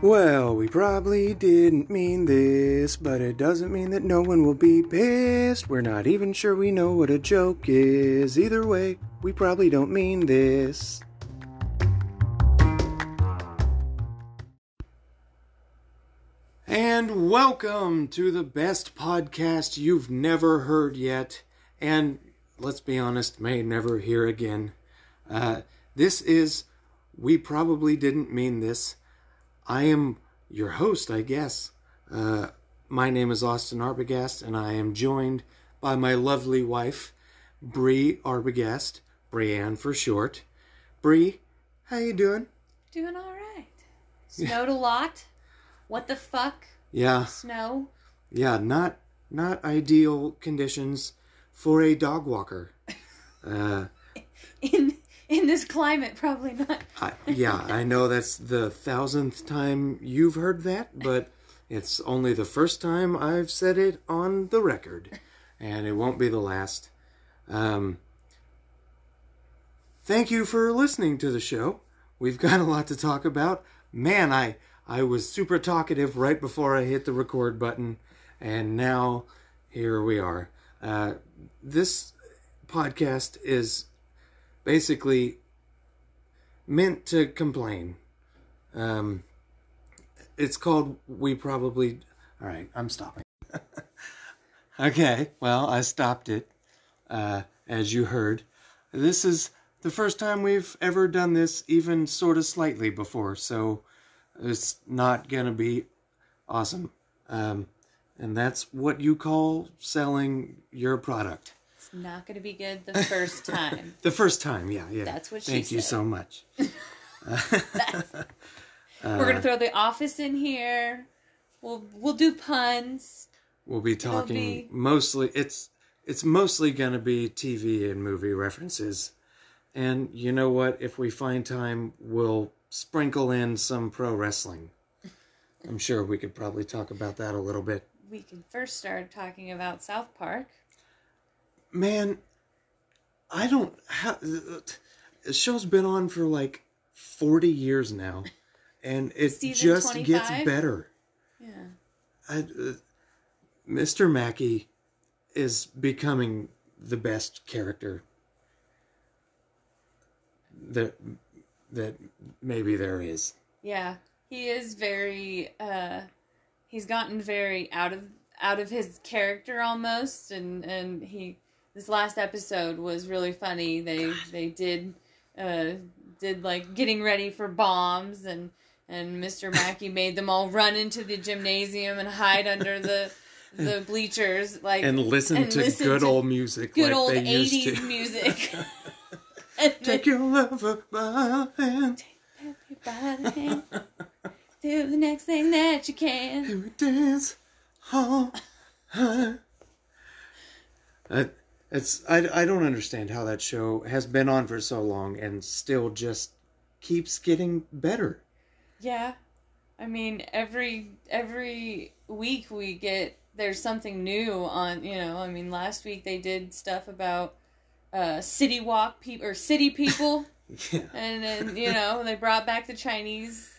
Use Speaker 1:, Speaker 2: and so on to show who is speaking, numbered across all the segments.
Speaker 1: Well, we probably didn't mean this, but it doesn't mean that no one will be pissed. We're not even sure we know what a joke is. Either way, we probably don't mean this. And welcome to the best podcast you've never heard yet, and let's be honest, may never hear again. Uh, this is We Probably Didn't Mean This. I am your host, I guess. Uh, my name is Austin Arbogast, and I am joined by my lovely wife, Bree Arbogast, Brianne for short. Bree, how you doing?
Speaker 2: Doing all right. Snowed a lot. What the fuck?
Speaker 1: Yeah,
Speaker 2: Snow?
Speaker 1: yeah, not not ideal conditions for a dog walker. Uh,
Speaker 2: In in this climate, probably not.
Speaker 1: I, yeah, I know that's the thousandth time you've heard that, but it's only the first time I've said it on the record, and it won't be the last. Um, thank you for listening to the show. We've got a lot to talk about. Man, I I was super talkative right before I hit the record button, and now here we are. Uh, this podcast is basically meant to complain. Um, it's called We Probably. All right, I'm stopping. okay, well, I stopped it, uh, as you heard. This is the first time we've ever done this, even sort of slightly before, so it's not going to be awesome. Um, and that's what you call selling your product.
Speaker 2: It's not going to be good the first time.
Speaker 1: The first time, yeah, yeah.
Speaker 2: That's what she
Speaker 1: Thank you
Speaker 2: said.
Speaker 1: so much.
Speaker 2: We're going to throw the office in here. We'll we'll do puns.
Speaker 1: we'll be talking
Speaker 2: be-
Speaker 1: mostly it's it's mostly going to be TV and movie references. And you know what, if we find time, we'll sprinkle in some pro wrestling. I'm sure we could probably talk about that a little bit.
Speaker 2: We can first start talking about South Park.
Speaker 1: Man, I don't how the show's been on for like 40 years now and it
Speaker 2: Season
Speaker 1: just gets
Speaker 2: 25?
Speaker 1: better.
Speaker 2: Yeah.
Speaker 1: I, uh, Mr. Mackey is becoming the best character that that maybe there is.
Speaker 2: Yeah. He is very uh he's gotten very out of out of his character almost and and he this last episode was really funny. They they did uh did like getting ready for bombs and and Mr. Mackey made them all run into the gymnasium and hide under the the bleachers like
Speaker 1: And listen
Speaker 2: And
Speaker 1: to
Speaker 2: listen
Speaker 1: good
Speaker 2: to
Speaker 1: old music
Speaker 2: good
Speaker 1: like
Speaker 2: old
Speaker 1: they used
Speaker 2: 80s
Speaker 1: to.
Speaker 2: music. And
Speaker 1: Take your lover by the hand
Speaker 2: everybody do the next thing that you can.
Speaker 1: and we dance all night. I- It's I, I don't understand how that show has been on for so long and still just keeps getting better.
Speaker 2: Yeah. I mean, every every week we get there's something new on, you know, I mean, last week they did stuff about uh city walk people or city people
Speaker 1: Yeah.
Speaker 2: and then, you know, they brought back the Chinese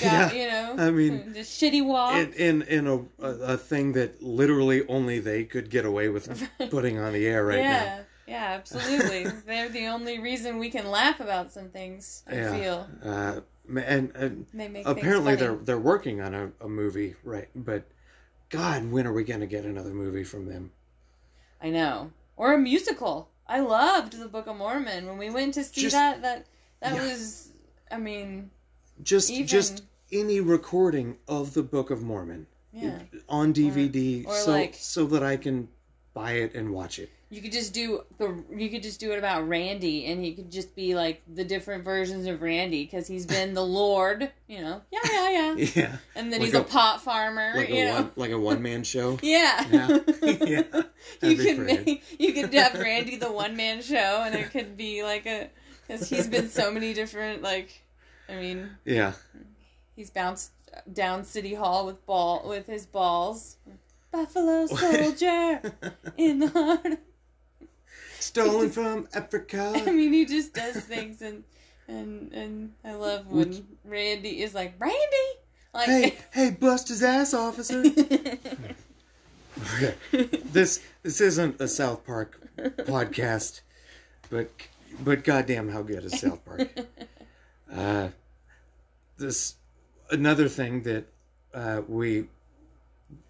Speaker 1: Yeah,
Speaker 2: guy, you know.
Speaker 1: I mean,
Speaker 2: the shitty walk.
Speaker 1: in in, in a, a a thing that literally only they could get away with putting on the air right
Speaker 2: yeah. Yeah, absolutely. They're the only reason we can laugh about some things, I
Speaker 1: Yeah.
Speaker 2: feel.
Speaker 1: now. Uh, ma- and, and
Speaker 2: They make things
Speaker 1: apparently they're
Speaker 2: funny.
Speaker 1: they're working on a, a movie, right? But God, when are we gonna get another movie from them?
Speaker 2: I know. Or a musical. I loved the Book of Mormon when we went to see
Speaker 1: Just-
Speaker 2: that. That that
Speaker 1: Yeah.
Speaker 2: was. I mean,
Speaker 1: Just
Speaker 2: Even-
Speaker 1: just any recording of the Book of Mormon
Speaker 2: yeah.
Speaker 1: on DVD,
Speaker 2: or
Speaker 1: so
Speaker 2: like-
Speaker 1: so that I can buy it and watch it.
Speaker 2: You could just do the. You could just do it about Randy, and you could just be like the different versions of Randy because he's been the Lord. You know. Yeah, yeah, yeah.
Speaker 1: Yeah,
Speaker 2: And then
Speaker 1: Like
Speaker 2: he's a,
Speaker 1: a-
Speaker 2: pot farmer.
Speaker 1: like a
Speaker 2: you know.
Speaker 1: one like a one man show.
Speaker 2: Yeah.
Speaker 1: Yeah, yeah.
Speaker 2: you
Speaker 1: That'd be pretty
Speaker 2: could
Speaker 1: good.
Speaker 2: make, you could have Randy the one man show, and it could be like a because he's been so many different like. I mean,
Speaker 1: yeah.
Speaker 2: He's bounced down City Hall with ball with his balls. Buffalo soldier in the heart.
Speaker 1: Stolen from
Speaker 2: I
Speaker 1: Africa.
Speaker 2: mean, he just does things, and and and I love when Randy is like Randy. Like,
Speaker 1: hey, hey, bust his ass, officer. Okay. This this isn't a South Park podcast, but but goddamn, how good is South Park? Uh, this another thing that uh, we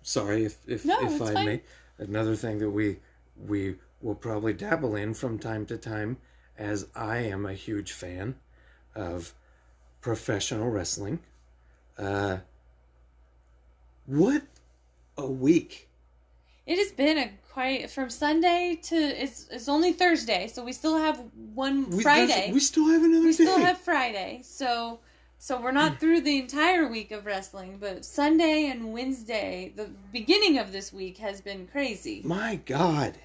Speaker 1: sorry if if,
Speaker 2: No,
Speaker 1: if
Speaker 2: it's
Speaker 1: I
Speaker 2: fine.
Speaker 1: may another thing that we we will probably dabble in from time to time, as I am a huge fan of professional wrestling. Uh, what a week!
Speaker 2: it has been a quite from Sunday to it's it's only Thursday, so we still have one
Speaker 1: We, there's-
Speaker 2: Friday.
Speaker 1: We still have another
Speaker 2: We
Speaker 1: day.
Speaker 2: still have Friday, so so we're
Speaker 1: Mm.
Speaker 2: not through the entire week of wrestling, but Sunday and Wednesday, the beginning of this week has been crazy.
Speaker 1: My God.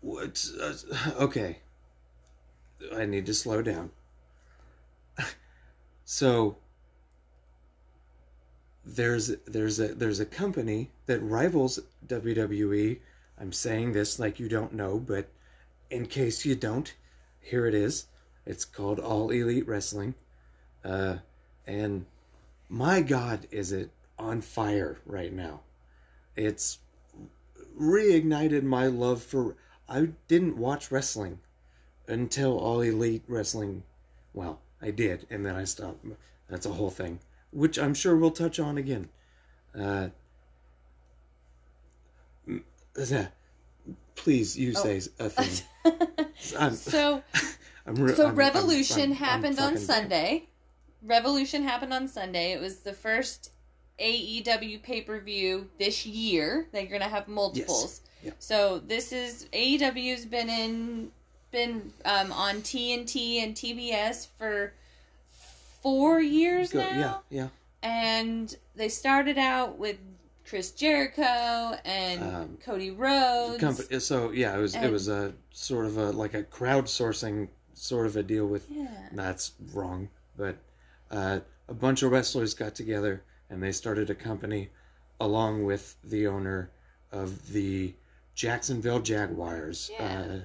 Speaker 1: What? Uh, okay. I need to slow down. so there's there's a there's a company that rivals WWE. I'm saying this like you don't know, but in case you don't, here it is. It's called All Elite Wrestling. Uh and my god is it on fire right now. It's reignited my love for I didn't watch wrestling until all elite wrestling well, I did and then I stopped. That's a whole thing, which I'm sure we'll touch on again. Uh m- yeah. Please, you
Speaker 2: Oh.
Speaker 1: say a thing. I'm,
Speaker 2: so
Speaker 1: I'm re- I'm-
Speaker 2: so
Speaker 1: I'm-
Speaker 2: Revolution
Speaker 1: I'm- I'm
Speaker 2: happened on
Speaker 1: fucking-
Speaker 2: Sunday. Revolution happened on Sunday. It was the first AEW pay per view this year. They're gonna have multiples.
Speaker 1: Yeah.
Speaker 2: So this is AEW's been in been um, on TNT and TBS for four years
Speaker 1: Go-
Speaker 2: now.
Speaker 1: yeah, yeah.
Speaker 2: and they started out with Chris Jericho and
Speaker 1: Um,
Speaker 2: Cody Rhodes.
Speaker 1: Compa- so yeah, it was it
Speaker 2: and-
Speaker 1: was a sort of a like a crowdsourcing sort of a deal with
Speaker 2: yeah,
Speaker 1: that's wrong, but uh, a bunch of wrestlers got together and they started a company along with the owner of the Jacksonville Jaguars, uh,
Speaker 2: Yeah.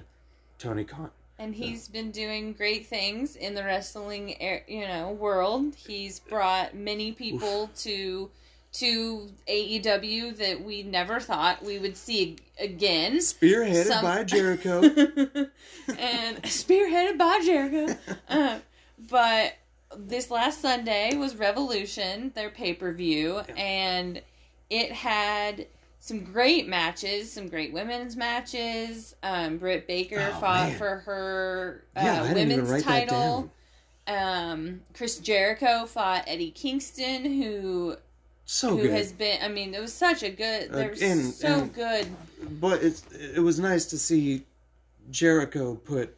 Speaker 1: Tony Khan.
Speaker 2: and he's been doing great things in the wrestling, air, you know, world. He's brought many people to to AEW that we never thought we would see again.
Speaker 1: Spearheaded
Speaker 2: Some- Uh,
Speaker 1: by Jericho.
Speaker 2: and spearheaded by Jericho. Uh, but this last Sunday was Revolution, their pay per view, and it had some great matches, some great women's matches. Um, Britt Baker
Speaker 1: Oh,
Speaker 2: fought
Speaker 1: man.
Speaker 2: for her uh,
Speaker 1: yeah, I didn't even
Speaker 2: women's
Speaker 1: write that
Speaker 2: title
Speaker 1: down.
Speaker 2: um, Chris Jericho fought Eddie Kingston, who
Speaker 1: So
Speaker 2: who
Speaker 1: Oh, good. Uh,
Speaker 2: has been. I mean, it was such a good. They're
Speaker 1: and-
Speaker 2: so
Speaker 1: and-
Speaker 2: good.
Speaker 1: But it's it was nice to see Jericho put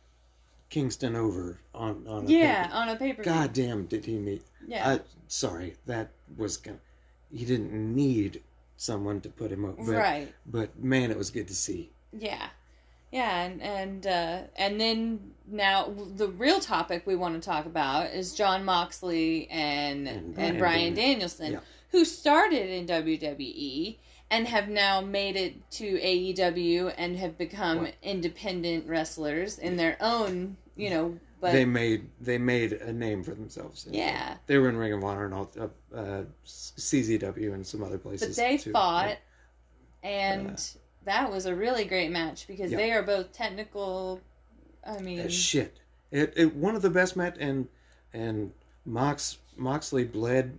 Speaker 1: Kingston over on on a
Speaker 2: Yeah,
Speaker 1: paper.
Speaker 2: on a pay per view.
Speaker 1: God damn, did he need?
Speaker 2: Mm-hmm. Yeah,
Speaker 1: Uh, sorry, that was gonna. He didn't need someone to put him over. But,
Speaker 2: right.
Speaker 1: But man, it was good to see.
Speaker 2: Yeah, yeah, and and uh, and then now w- the real topic we want to talk about is John Moxley and
Speaker 1: And
Speaker 2: and,
Speaker 1: Bryan
Speaker 2: Brian
Speaker 1: Danielson.
Speaker 2: Danielson,
Speaker 1: Yeah.
Speaker 2: who started in WWE and have now made it to AEW and have become
Speaker 1: Right.
Speaker 2: independent wrestlers in their own, you know. But
Speaker 1: they made they made a name for themselves.
Speaker 2: Yeah.
Speaker 1: They were in Ring of Honor and all uh, uh, CZW and some other places.
Speaker 2: But they
Speaker 1: too. Uh,
Speaker 2: fought, and that was a really great match because
Speaker 1: Yeah.
Speaker 2: they are both technical. I mean,
Speaker 1: Uh, shit. It, it one of the best met and and Mox Moxley bled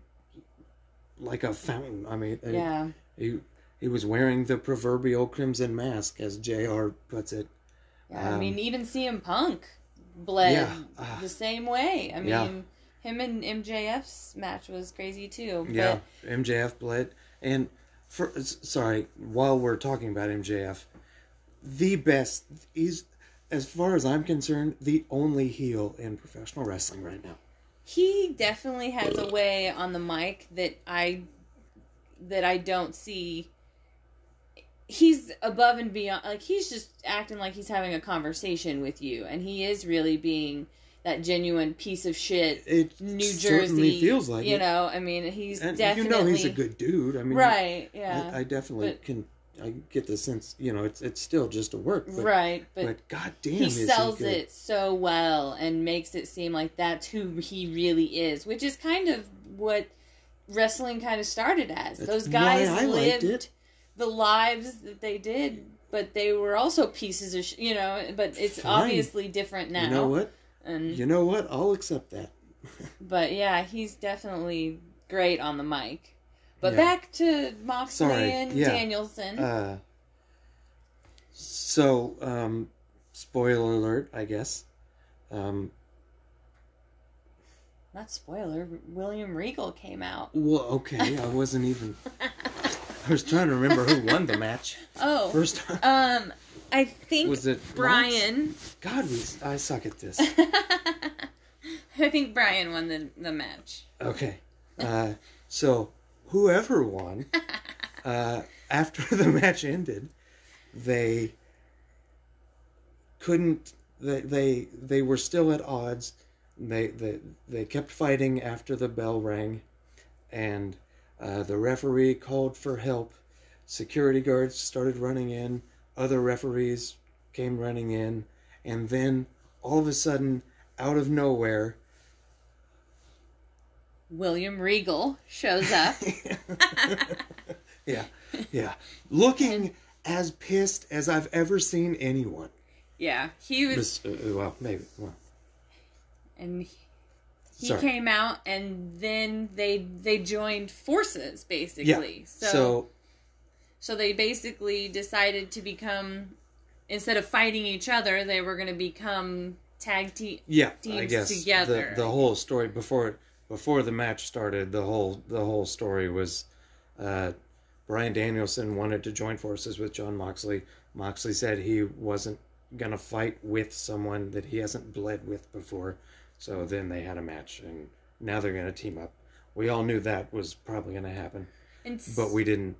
Speaker 1: like a fountain. I mean, it-
Speaker 2: yeah,
Speaker 1: he he was wearing the proverbial crimson mask, as Jr. puts it.
Speaker 2: yeah. I
Speaker 1: um,
Speaker 2: mean, even CM Punk bled
Speaker 1: Yeah, ah.
Speaker 2: the same way. I mean,
Speaker 1: Yeah.
Speaker 2: him and MJF's match was crazy too. But
Speaker 1: Yeah, MJF bled. And for s- sorry, while we're talking about MJF, the best he's as far as I'm concerned, the only heel in professional wrestling right now.
Speaker 2: he definitely has a way on the mic that I that I don't see. He's above and beyond. Like he's just acting like he's having a conversation with you, and he is really being that genuine piece of shit.
Speaker 1: It
Speaker 2: New
Speaker 1: certainly
Speaker 2: Jersey
Speaker 1: feels like
Speaker 2: you
Speaker 1: it.
Speaker 2: know. I mean, he's
Speaker 1: and
Speaker 2: definitely
Speaker 1: you know he's a good dude. I mean,
Speaker 2: right.
Speaker 1: I,
Speaker 2: Yeah,
Speaker 1: I definitely
Speaker 2: But-
Speaker 1: can. I get the sense, you know, it's it's still just a work, but,
Speaker 2: right.
Speaker 1: But,
Speaker 2: But,
Speaker 1: goddamn,
Speaker 2: he
Speaker 1: is
Speaker 2: sells
Speaker 1: good.
Speaker 2: it so well and makes it seem like that's who he really is, which is kind of what wrestling kind of started as.
Speaker 1: That's
Speaker 2: Those
Speaker 1: why
Speaker 2: guys
Speaker 1: I liked
Speaker 2: lived
Speaker 1: it.
Speaker 2: the lives that they did, but they were also pieces of, sh- you know. But it's
Speaker 1: Fine.
Speaker 2: obviously different now.
Speaker 1: You know what?
Speaker 2: And
Speaker 1: You know what? I'll accept that.
Speaker 2: but yeah, he's definitely great on the mic. But
Speaker 3: Yeah.
Speaker 2: back to Moxley
Speaker 1: Sorry,
Speaker 2: and
Speaker 1: yeah.
Speaker 2: Danielson.
Speaker 1: Uh, so, um, spoiler alert, I guess. Um,
Speaker 2: Not spoiler. William Regal came out.
Speaker 1: well, okay, I wasn't even. I was trying to remember who won the match
Speaker 2: Oh,
Speaker 1: first time.
Speaker 2: um, I think
Speaker 1: Was it
Speaker 2: Brian.
Speaker 1: God, we, I suck at this.
Speaker 2: I think Brian won the the match.
Speaker 1: Okay. Uh, so, whoever won, uh, after the match ended, they couldn't. They they they were still at odds. They they they kept fighting after the bell rang, and uh, the referee called for help. Security guards started running in. Other referees came running in, and then all of a sudden, out of nowhere.
Speaker 2: William Regal shows up.
Speaker 1: Yeah, yeah. Looking as pissed as I've ever seen anyone.
Speaker 2: yeah, he was,
Speaker 1: Mis- uh, uh, well, maybe. Well,
Speaker 2: and he, he
Speaker 1: sorry.
Speaker 2: came out, and then they they joined forces
Speaker 1: yeah.
Speaker 2: basically.
Speaker 1: So,
Speaker 2: So they basically decided to become instead of fighting each other, they were going to become tag team.
Speaker 1: yeah, I
Speaker 2: teams
Speaker 1: guess
Speaker 2: together.
Speaker 1: the the whole story before before the match started, the whole the whole story was uh, Brian Danielson wanted to join forces with John Moxley. Moxley said he wasn't gonna fight with someone that he hasn't bled with before. So then they had a match, and now they're gonna team up. We all knew that was probably gonna happen.
Speaker 2: And s-
Speaker 1: but we didn't.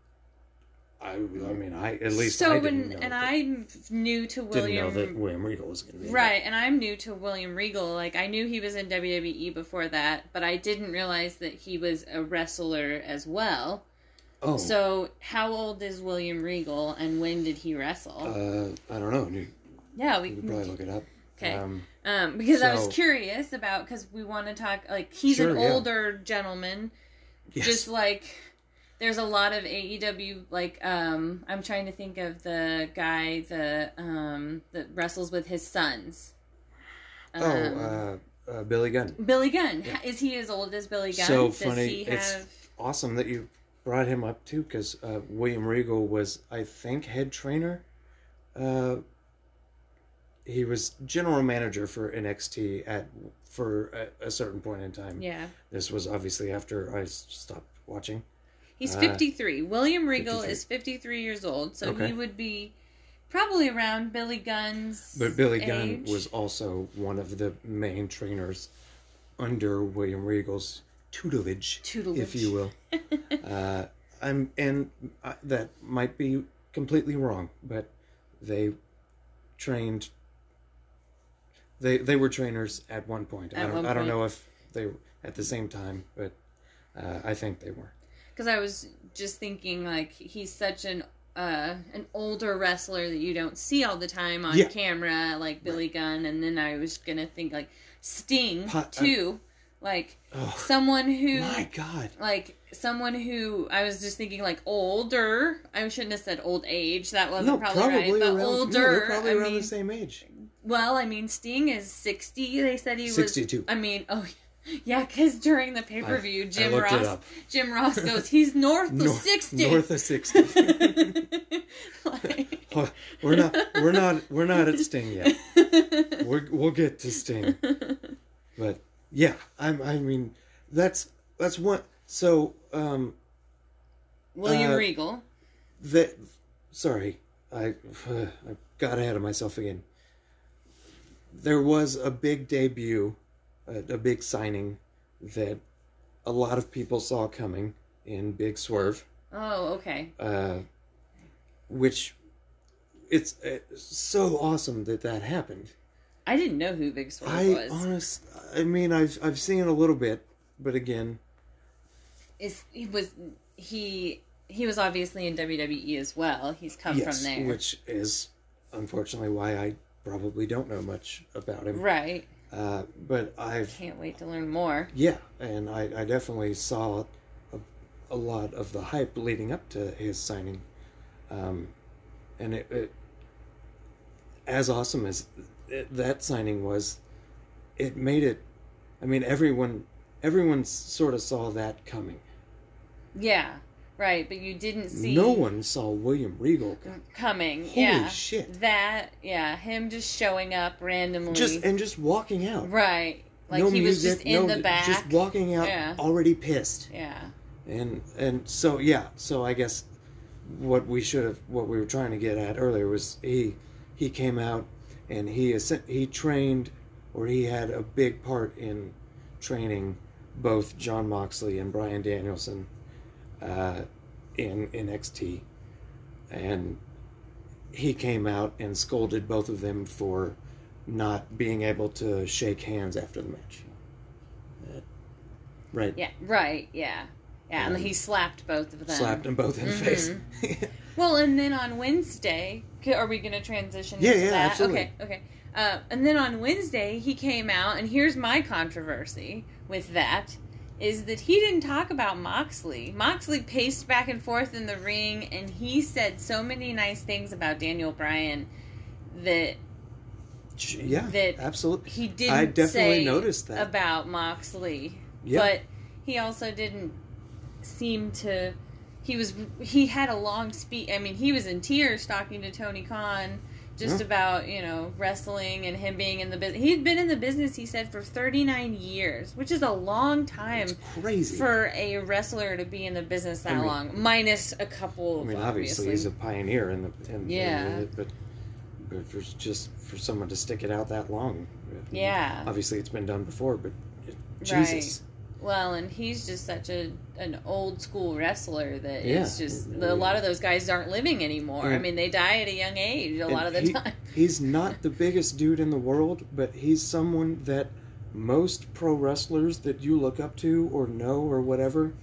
Speaker 1: I, I mean, I at least
Speaker 2: so
Speaker 1: I
Speaker 2: when
Speaker 1: didn't know
Speaker 2: and
Speaker 1: that-
Speaker 2: I'm new to
Speaker 1: didn't
Speaker 2: William
Speaker 1: know that William Regal was going to be in
Speaker 2: Right, and I'm new to William Regal. Like I knew he was in WWE before that, but I didn't realize that he was a wrestler as well.
Speaker 1: that. Oh,
Speaker 2: So, how old is William Regal and when did he wrestle?
Speaker 1: uh, I don't know. You,
Speaker 2: yeah, we
Speaker 1: you can probably look it up.
Speaker 2: Okay.
Speaker 1: Um,
Speaker 2: Um, because I was
Speaker 1: So-
Speaker 2: curious about because we want to talk like he's an
Speaker 1: Sure, yeah.
Speaker 2: older gentleman,
Speaker 1: yes.
Speaker 2: just like there's a lot of AEW like um I'm trying to think of the guy the um that wrestles with his sons. Um,
Speaker 1: oh, uh, uh, Billy Gunn.
Speaker 2: Billy Gunn is he as old as Billy Gunn?
Speaker 1: So
Speaker 2: Does
Speaker 1: funny.
Speaker 2: he
Speaker 1: It's
Speaker 2: have?
Speaker 1: awesome that you brought him up too, because uh, William Regal was, I think, head trainer. Uh, he was general manager for NXT at for a, a certain point in time.
Speaker 2: Yeah,
Speaker 1: This was obviously after I s- stopped watching.
Speaker 2: he's
Speaker 1: Uh,
Speaker 2: 53. William Regal
Speaker 1: 53.
Speaker 2: is 53 years old, so
Speaker 1: Okay.
Speaker 2: he would be probably around Billy Gunn's.
Speaker 1: But Billy Gunn
Speaker 2: age.
Speaker 1: was also one of the main trainers under William Regal's tutelage, if
Speaker 2: Tutelage.
Speaker 1: you will. uh, I'm and I, that might be completely wrong, but they trained. They they were trainers at one point. I
Speaker 2: At
Speaker 1: don't
Speaker 2: one
Speaker 1: I don't
Speaker 2: point.
Speaker 1: know if they were at the same time, but uh, I think they were.
Speaker 2: because I was just thinking like he's such an uh, an older wrestler that you don't see all the time on
Speaker 1: Yeah.
Speaker 2: camera, like Billy Gunn, and then I was gonna think like Sting
Speaker 1: Pot- uh,
Speaker 2: too, like
Speaker 1: Oh
Speaker 2: someone who
Speaker 1: my God!
Speaker 2: like someone who I was just thinking like older. I shouldn't have said old age. That wasn't
Speaker 1: No,
Speaker 2: probably,
Speaker 1: probably
Speaker 2: right. But
Speaker 1: around, no,
Speaker 2: older.
Speaker 1: they're probably
Speaker 2: I
Speaker 1: around
Speaker 2: mean,
Speaker 1: the same age.
Speaker 2: well, I mean Sting is sixty. They said he was
Speaker 1: 62.
Speaker 2: I mean, oh. Yeah, because during the pay per view,
Speaker 1: I
Speaker 2: Jim
Speaker 1: looked it
Speaker 2: Ross,
Speaker 1: up.
Speaker 2: Jim Ross goes, he's north of
Speaker 1: North-
Speaker 2: sixty.
Speaker 1: North of sixty.
Speaker 2: Like-
Speaker 1: Huh, we're not we're not we're not at Sting yet. We're, we'll get to Sting, but yeah, I'm. I mean, that's that's one. So um,
Speaker 2: William
Speaker 1: Uh,
Speaker 2: Regal.
Speaker 1: that sorry, I I got ahead of myself again. There was a big debut, a, a big signing that a lot of people saw coming in Big Swerve.
Speaker 2: Oh, okay.
Speaker 1: uh, which it's, it's so awesome that that happened.
Speaker 2: I didn't know who Big Swerve
Speaker 1: I
Speaker 2: was.
Speaker 1: honest, I mean, I've I've seen a little bit, but again,
Speaker 2: Is he was he he was obviously in WWE as well. He's come
Speaker 1: yes,
Speaker 2: from there,
Speaker 1: which is unfortunately why I probably don't know much about him.
Speaker 2: right?
Speaker 1: Uh, but I've
Speaker 2: Can't wait to learn more.
Speaker 1: yeah, and I, I definitely saw a a lot of the hype leading up to his signing, um, and it, it as awesome as it, that signing was, it made it. I mean, everyone everyone sort of saw that coming.
Speaker 2: Yeah, right. But you didn't see
Speaker 1: No one saw William Regal coming.
Speaker 2: coming.
Speaker 1: Holy
Speaker 2: yeah,
Speaker 1: shit.
Speaker 2: That yeah, him just showing up randomly.
Speaker 1: just and just walking out.
Speaker 2: right. Like
Speaker 1: no
Speaker 2: he was
Speaker 1: music,
Speaker 2: just in
Speaker 1: no-
Speaker 2: the back.
Speaker 1: Just walking out,
Speaker 2: Yeah.
Speaker 1: already pissed.
Speaker 2: yeah.
Speaker 1: and and so yeah so i guess what we should have what we were trying to get at earlier was he he came out and he is he trained or he had a big part in training both john moxley and brian danielson uh, in nxt and he came out and scolded both of them for not being able to shake hands after the match Uh, right
Speaker 2: Yeah. Right. Yeah. Yeah. And
Speaker 1: Um,
Speaker 2: he slapped both of them. Mm-hmm.
Speaker 1: slapped them both in the face.
Speaker 2: Well, and then on Wednesday, c- are we going to transition?
Speaker 1: Yeah,
Speaker 2: into
Speaker 1: yeah,
Speaker 2: that?
Speaker 1: absolutely.
Speaker 2: Okay, okay. Uh, and then on Wednesday, he came out, and here's my controversy with that is that he didn't talk about Moxley. Moxley paced back and forth in the ring, and he said so many nice things about Daniel Bryan that
Speaker 1: Sh- yeah,
Speaker 2: That
Speaker 1: absolutely.
Speaker 2: he didn't.
Speaker 1: I definitely
Speaker 2: say
Speaker 1: noticed that.
Speaker 2: about Moxley,
Speaker 1: Yeah.
Speaker 2: but he also didn't seem to. He was he had a long speech. I mean, he was in tears talking to Tony Khan just
Speaker 1: Yeah.
Speaker 2: about you know wrestling and him being in the business. He'd been in the business, he said, for thirty nine years, which is a long time.
Speaker 1: It's crazy.
Speaker 2: For a wrestler to be in the business that
Speaker 1: I mean-
Speaker 2: long, minus a couple.
Speaker 1: I
Speaker 2: Of
Speaker 1: mean, obviously, he's a pioneer in the in,
Speaker 2: Yeah.
Speaker 1: in it, but but for just for someone to stick it out that long, I mean,
Speaker 2: Yeah.
Speaker 1: Obviously, it's been done before, but it- Jesus,
Speaker 2: Well, and he's just such a an old school wrestler that it's
Speaker 1: Yeah.
Speaker 2: just a lot of those guys aren't living anymore. I
Speaker 1: And-
Speaker 2: mean, they die at a young age a
Speaker 1: And
Speaker 2: lot of the
Speaker 1: he-
Speaker 2: time.
Speaker 1: he's not the biggest dude in the world, but he's someone that most pro wrestlers that you look up to or know or whatever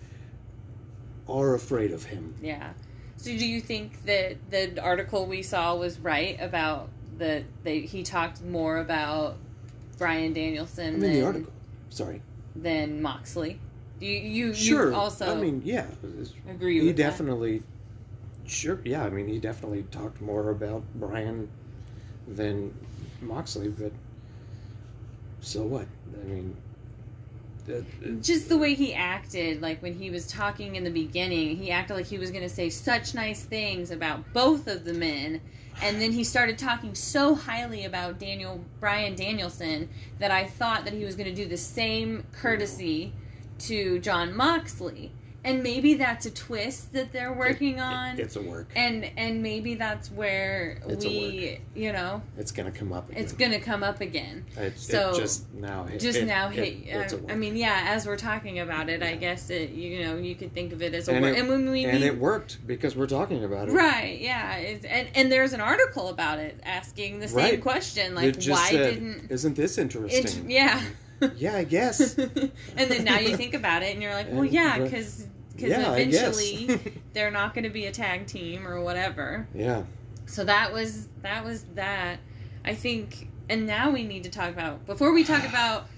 Speaker 1: are afraid of him.
Speaker 2: Yeah. So, do you think that the article we saw was right about that? They he talked more about Brian Danielson
Speaker 1: I mean, the
Speaker 2: than,
Speaker 1: article. Sorry.
Speaker 2: than Moxley. Do you you,
Speaker 1: Sure.
Speaker 2: you also
Speaker 1: I mean, yeah. it's-
Speaker 2: agree
Speaker 1: he
Speaker 2: with that?
Speaker 1: definitely sure yeah i mean he definitely talked more about brian than moxley but so what i mean that- it-
Speaker 2: just the way he acted like when he was talking in the beginning he acted like he was going to say such nice things about both of the men and then he started talking so highly about daniel brian danielson that i thought that he was going to do the same courtesy to john moxley and maybe that's a twist that they're working
Speaker 1: it-
Speaker 2: on
Speaker 1: it's a work
Speaker 2: and and maybe that's where
Speaker 1: It's a
Speaker 2: we you know
Speaker 1: it's gonna come up again.
Speaker 2: it's going to come up again
Speaker 1: It-
Speaker 2: so-
Speaker 1: it just now hit,
Speaker 2: just
Speaker 1: it-
Speaker 2: now
Speaker 1: it-
Speaker 2: hit. uh,
Speaker 1: it's a
Speaker 2: I, I
Speaker 1: work.
Speaker 2: mean, yeah. As we're talking about it, I
Speaker 1: Yeah.
Speaker 2: guess it. You know, you could think of it as a
Speaker 1: and,
Speaker 2: word.
Speaker 1: it,
Speaker 2: and when we
Speaker 1: and
Speaker 2: mean-
Speaker 1: it worked because we're talking about it
Speaker 2: right, yeah. It's, and and there's an article about it asking the same
Speaker 1: Right.
Speaker 2: question,
Speaker 1: it
Speaker 2: like
Speaker 1: just
Speaker 2: why
Speaker 1: said,
Speaker 2: didn't?
Speaker 1: isn't this
Speaker 2: It,
Speaker 1: interesting
Speaker 2: yeah.
Speaker 1: yeah i guess
Speaker 2: and then now you think about it, and you're like, well,
Speaker 1: And-
Speaker 2: yeah,
Speaker 1: but-
Speaker 2: because
Speaker 1: yeah i
Speaker 2: eventually
Speaker 1: guess
Speaker 2: they're not going to be a tag team or whatever.
Speaker 1: yeah
Speaker 2: So that was that was that. I think, and now we need to talk about before we talk about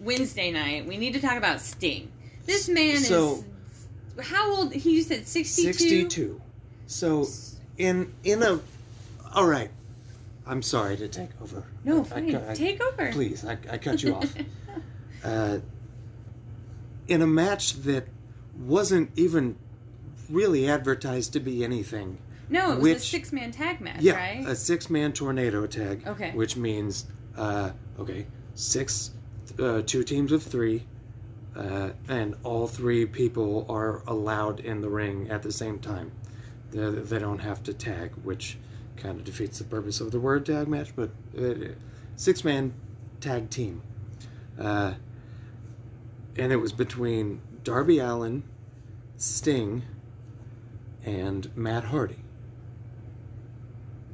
Speaker 2: Wednesday night. We need to talk about Sting. This man
Speaker 1: So-
Speaker 2: is how old? He you said sixty-two.
Speaker 1: 62 so in in a all right i'm sorry to take over
Speaker 2: No,
Speaker 1: I- I
Speaker 2: fine.
Speaker 1: cu- I-
Speaker 2: Take over.
Speaker 1: please i, I cut you off uh, in a match that wasn't even really advertised to be anything
Speaker 2: no, it was a
Speaker 1: Which-
Speaker 2: six-man tag match,
Speaker 1: yeah
Speaker 2: right?
Speaker 1: a six-man tornado tag
Speaker 2: Okay.
Speaker 1: which means uh, okay six uh, two teams of three uh, and all three people are allowed in the ring at the same time. They, they don't have to tag, which kind of defeats the purpose of the word tag match, but uh, six man tag team. Uh, and it was between Darby Allen, Sting, and Matt Hardy.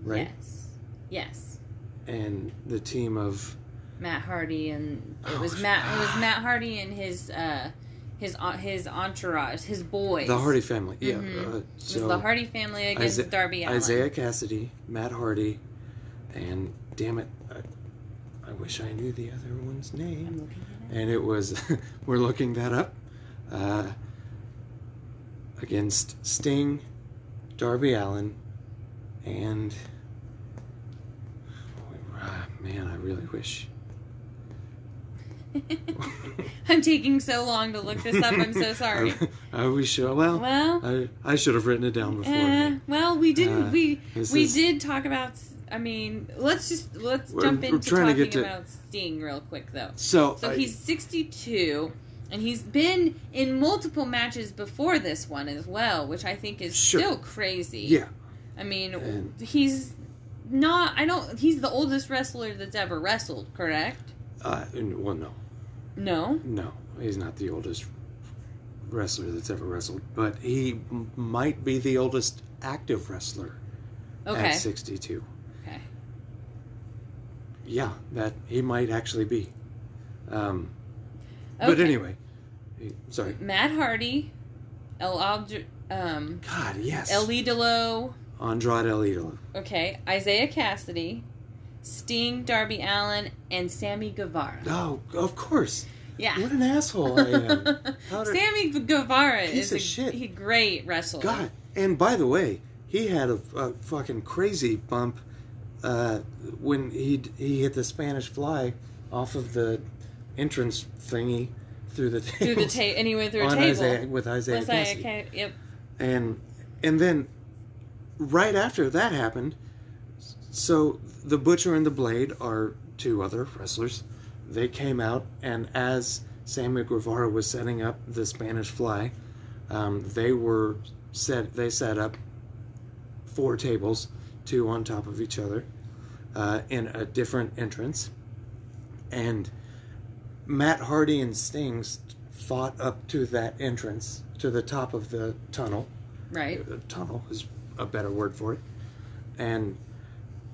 Speaker 1: Right?
Speaker 2: Yes. Yes.
Speaker 1: And the team of.
Speaker 2: Matt Hardy and it
Speaker 1: Oh,
Speaker 2: was Matt. It was Matt Hardy and his uh his en- his entourage, his boys.
Speaker 1: The Hardy family, yeah.
Speaker 2: Mhm.
Speaker 1: Uh,
Speaker 2: It
Speaker 1: so
Speaker 2: was the Hardy family against
Speaker 1: Isa-
Speaker 2: Darby Allin.
Speaker 1: Isaiah Cassidy, Matt Hardy, and damn it, I, I wish I knew the other one's name. And it was, we're looking that up. Uh, against Sting, Darby Allen, and Ah, man, I really wish.
Speaker 2: I'm taking so long to look this up. I'm so sorry.
Speaker 1: I, I wish. uh, Well,
Speaker 2: Well,
Speaker 1: I I should have written it down before.
Speaker 2: Uh, well, we didn't.
Speaker 1: Uh,
Speaker 2: we
Speaker 1: this
Speaker 2: we
Speaker 1: is-
Speaker 2: did talk about. I mean, let's just let's
Speaker 1: We're-
Speaker 2: jump
Speaker 1: we're
Speaker 2: into
Speaker 1: trying to
Speaker 2: talking
Speaker 1: get to-
Speaker 2: about Sting real quick though.
Speaker 1: so
Speaker 2: So
Speaker 1: I-
Speaker 2: he's 62, and he's been in multiple matches before this one as well, which I think is
Speaker 1: Sure.
Speaker 2: still crazy.
Speaker 1: yeah.
Speaker 2: I mean,
Speaker 1: And-
Speaker 2: he's not. I don't. He's the oldest wrestler that's ever wrestled. Correct?
Speaker 1: Uh, n- well, no,
Speaker 2: No.
Speaker 1: no, he's not the oldest wrestler that's ever wrestled, but he m- might be the oldest active wrestler
Speaker 2: Okay.
Speaker 1: at 62.
Speaker 2: Okay.
Speaker 1: Yeah, that he might actually be. Um, But
Speaker 2: Okay.
Speaker 1: anyway, he- sorry.
Speaker 2: Matt Hardy, El Aldr- um,
Speaker 1: God, yes.
Speaker 2: El Idolo.
Speaker 1: Andrade El Idolo.
Speaker 2: Okay, Isaiah Cassidy, Sting, Darby Allen, and Sammy Guevara.
Speaker 1: Oh, of course.
Speaker 2: Yeah.
Speaker 1: What an asshole I am. How did-
Speaker 2: Sammy Guevara
Speaker 1: Piece
Speaker 2: is
Speaker 1: of
Speaker 2: a
Speaker 1: shit.
Speaker 2: he great wrestler.
Speaker 1: God. And by the way, he had a, a fucking crazy bump uh, when he he hit the Spanish fly off of the entrance thingy through the
Speaker 2: Through the
Speaker 1: tables
Speaker 2: ta- and he went through a
Speaker 1: on
Speaker 2: table.
Speaker 1: Isaiah, with Isaiah,
Speaker 2: Messiah
Speaker 1: Cassidy.
Speaker 2: Ca- yep.
Speaker 1: and and then right after that happened so the butcher and the blade are two other wrestlers they came out and as sammy guevara was setting up the spanish fly um, they were set they set up four tables two on top of each other uh, in a different entrance and matt hardy and stings fought up to that entrance to the top of the tunnel
Speaker 2: Right.
Speaker 1: a tunnel is a better word for it and